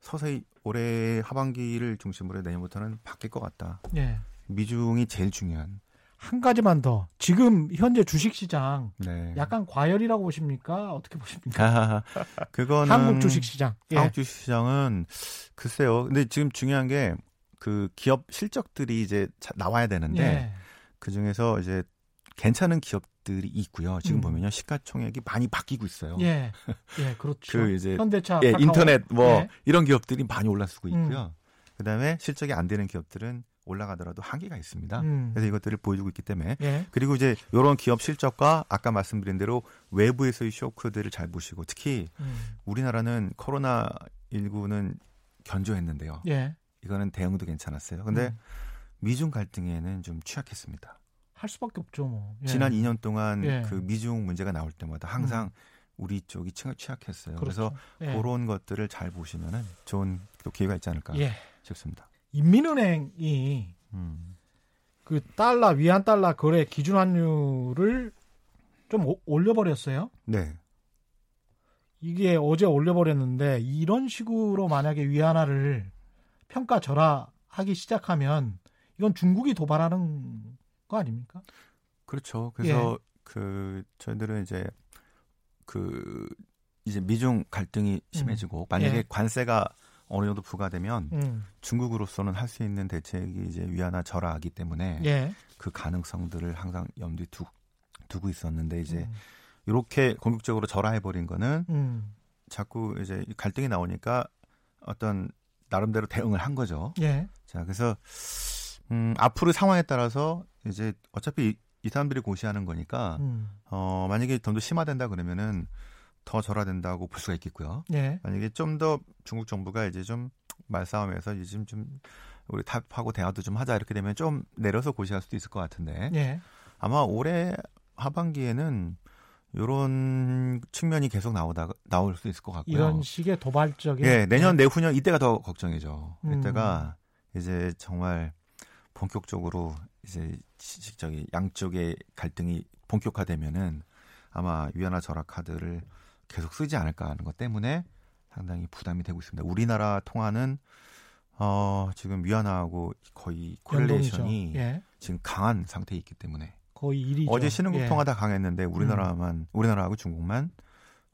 서서히 올해 하반기를 중심으로 해서 내년부터는 바뀔 것 같다.
예.
미중이 제일 중요한.
한 가지만 더. 지금 현재 주식 시장
네.
약간 과열이라고 보십니까? 어떻게 보십니까?
아, 그거는
한국 주식 시장. 예.
한국 주식시장은 글쎄요. 근데 지금 중요한 게 그 기업 실적들이 이제 자- 나와야 되는데
예.
그 중에서 이제 괜찮은 기업들이 있고요. 지금
음.
보면요 시가총액이 많이 바뀌고 있어요.
예. 예, 그렇죠.
그 이제
현대차,
예,
카카오.
인터넷 뭐
예.
이런 기업들이 많이 올라서고
음.
있고요. 그다음에 실적이 안 되는 기업들은 올라가더라도 한계가 있습니다.
음.
그래서 이것들을 보여주고 있기 때문에
예.
그리고 이제 이런 기업 실적과 아까 말씀드린 대로 외부에서의 쇼크들을 잘 보시고 특히
음.
우리나라는 코로나 19는 견조했는데요.
예.
이거는 대응도 괜찮았어요. 근데
음.
미중 갈등에는 좀 취약했습니다.
할 수밖에 없죠, 뭐. 예.
지난 2년 동안
예. 음.
그 미중 문제가 나올 때마다 항상 우리 쪽이 취- 취약했어요. 그래서
그렇죠. 예.
그런 것들을 잘 보시면은 좋은 또 기회가 있지 않을까
예.
싶습니다.
인민은행이
음.
그 달러 위안 달러 거래 기준 환율을 좀 오- 올려버렸어요.
네.
이게 어제 올려버렸는데 이런 식으로 만약에 위안화를 평가 절하하기 시작하면 이건 중국이 도발하는 거 아닙니까?
그렇죠. 그래서
예.
그 저희들은 이제 그 이제 미중 갈등이 심해지고 만약에
예.
관세가 어느 정도 부과되면
음.
중국으로서는 할 수 있는 대책이 이제 위안화 절하하기 때문에
예.
그 가능성들을 항상 염두에 두, 두고 있었는데 이제
음.
이렇게 공격적으로 절하해 버린 거는
음.
자꾸 이제 갈등이 나오니까 어떤 나름대로 대응을 한 거죠.
예.
자, 그래서 음, 앞으로 상황에 따라서 이제 어차피 이, 이 사람들이 고시하는 거니까
음.
어, 만약에 좀 더 심화된다 그러면은 더 절하된다고 볼 수가 있겠고요.
예.
만약에 좀 더 중국 정부가 이제 좀 말싸움에서 요즘 좀 우리 탑하고 대화도 좀 하자 이렇게 되면 좀 내려서 고시할 수도 있을 것 같은데
예.
아마 올해 하반기에는 이런 측면이 계속 나오다 나올 수 있을 것 같고요.
이런 식의 도발적인
어. 예, 내년 내후년 이때가 더 걱정이죠.
음.
이때가 이제 정말 본격적으로 이제 시- 저기 양쪽의 갈등이 본격화되면은 아마 위안화 절약 카드를 계속 쓰지 않을까 하는 것 때문에 상당히 부담이 되고 있습니다. 우리나라 통화는 어, 지금 위안화하고 거의
연동이죠.
콜레이션이
예.
지금 강한 상태에 있기 때문에
거의 일이죠.
어제 신흥국
예. 음.
통화 다 강했는데 우리나라만 우리나라하고 중국만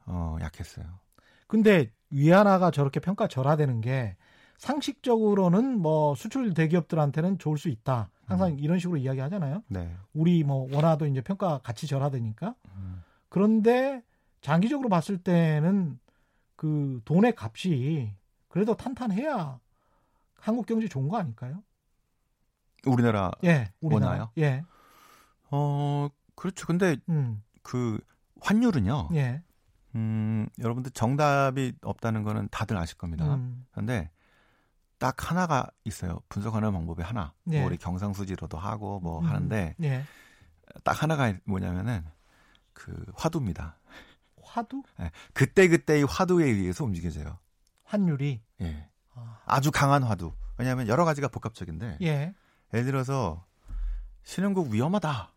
어, 약했어요.
근데 위안화가 저렇게 평가 절하되는 게 상식적으로는 뭐 수출 대기업들한테는 좋을 수 있다. 항상
음.
이런 식으로 이야기하잖아요.
네.
우리 뭐 원화도 이제 평가 같이 절하되니까.
음.
그런데 장기적으로 봤을 때는 그 돈의 값이 그래도 탄탄해야 한국 경제 좋은 거 아닐까요?
우리나라
예, 우리나라.
아, 원화요?
예,
어, 그렇죠. 근데
음,
그 환율은요.
예,
음, 여러분들 정답이 없다는 거는 다들 아실 겁니다.
음,
그런데 딱 하나가 있어요. 분석하는 방법이 하나.
네.
뭐 우리 경상수지로도 하고 뭐
음.
하는데
예.
딱 하나가 뭐냐면은 그 화두입니다.
화두
그때 그때의 화두에 의해서 움직여져요.
환율이.
예.
아,
아주 강한 화두. 왜냐하면 여러 가지가 복합적인데
예,
예를 들어서 신흥국 위험하다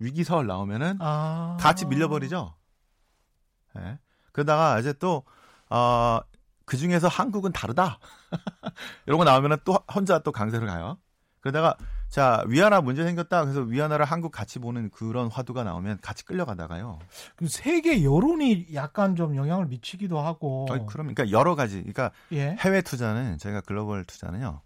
위기설 나오면은
아,
같이 밀려버리죠. 예. 그러다가 이제 또, 어, 그 중에서 한국은 다르다. 이러고 나오면은 또 혼자 또 강세를 가요. 그러다가, 자, 위안화 문제 생겼다. 그래서 위안화를 한국 같이 보는 그런 화두가 나오면 같이 끌려가다가요.
그 세계 여론이 약간 좀 영향을 미치기도 하고.
아니, 그럼, 그러니까 여러 가지. 그러니까
예,
해외 투자는, 저희가 글로벌 투자는요.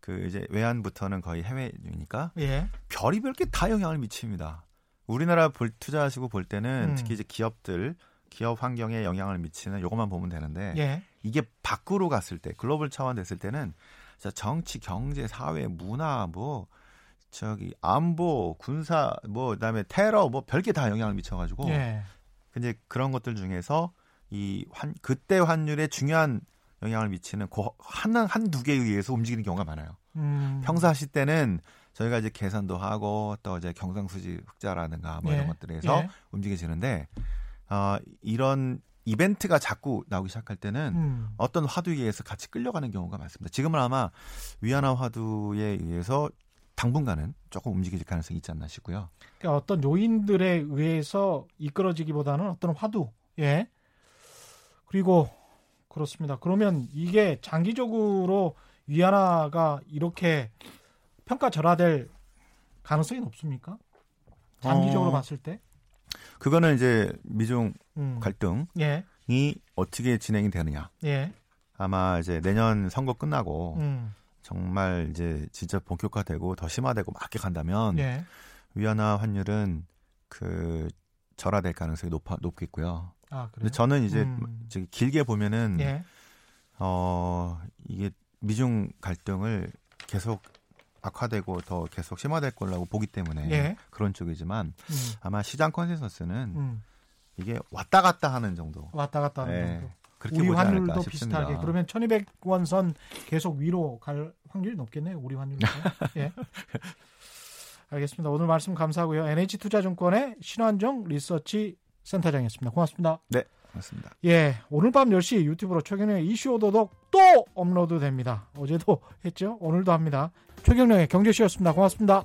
그 이제 외환부터는 거의 해외니까
예,
별의별 게 다 영향을 미칩니다. 우리나라 볼- 투자하시고 볼 때는
음.
특히 이제 기업들 기업 환경에 영향을 미치는 요것만 보면 되는데
예,
이게 밖으로 갔을 때 글로벌 차원 됐을 때는 진짜 정치, 경제, 사회, 문화 뭐 저기 안보, 군사 뭐 그다음에 테러 뭐 별게 다 영향을 미쳐 가지고
예.
근데 그런 것들 중에서 이 환 그때 환율에 중요한 영향을 미치는 고, 하나 한두 개에 의해서 움직이는 경우가 많아요.
음,
평사시 때는 저희가 이제 계산도 하고 또 이제 경상수지 흑자라든가 뭐
예,
이런 것들에서
예.
움직여지는데 어, 이런 이벤트가 자꾸 나오기 시작할 때는
음,
어떤 화두에 의해서 같이 끌려가는 경우가 많습니다. 지금은 아마 위안화 화두에 의해서 당분간은 조금 움직일 가능성이 있지 않나 싶고요.
그러니까 어떤 요인들에 의해서 이끌어지기보다는 어떤 화두. 예. 그리고 그렇습니다. 그러면 이게 장기적으로 위안화가 이렇게 평가 절하될 가능성이 높습니까? 장기적으로
어,
봤을 때.
그거는 이제 미중
음.
갈등이
예.
어떻게 진행이 되느냐.
예.
아마 이제 내년 선거 끝나고
음.
정말 이제 진짜 본격화되고 더 심화되고 막게 간다면
예.
위안화 환율은 그 절하될 가능성이 높아 높겠고요.
아, 그래요.
근데 저는 이제
음.
저기 길게 보면은
예.
어 이게 미중 갈등을 계속 악화되고 더 계속 심화될 거라고 보기 때문에
예.
그런 쪽이지만
음.
아마 시장 컨센서스는
음.
이게 왔다 갔다 하는 정도
왔다 갔다 하는
예,
정도.
그렇게
우리
보지 않을까
환율도
싶습니다.
비슷하게 그러면 1200원 선 계속 위로 갈 확률이 높겠네요. 우리 환율도. 예. 알겠습니다. 오늘 말씀 감사하고요. NH투자증권의 신환정 리서치 센터장이었습니다. 고맙습니다.
맞습니다.
예. 오늘 밤 10시 유튜브로 최경영의 이슈 오도독 또 업로드 됩니다. 어제도 했죠? 오늘도 합니다. 최경영의 경제쇼였습니다. 고맙습니다.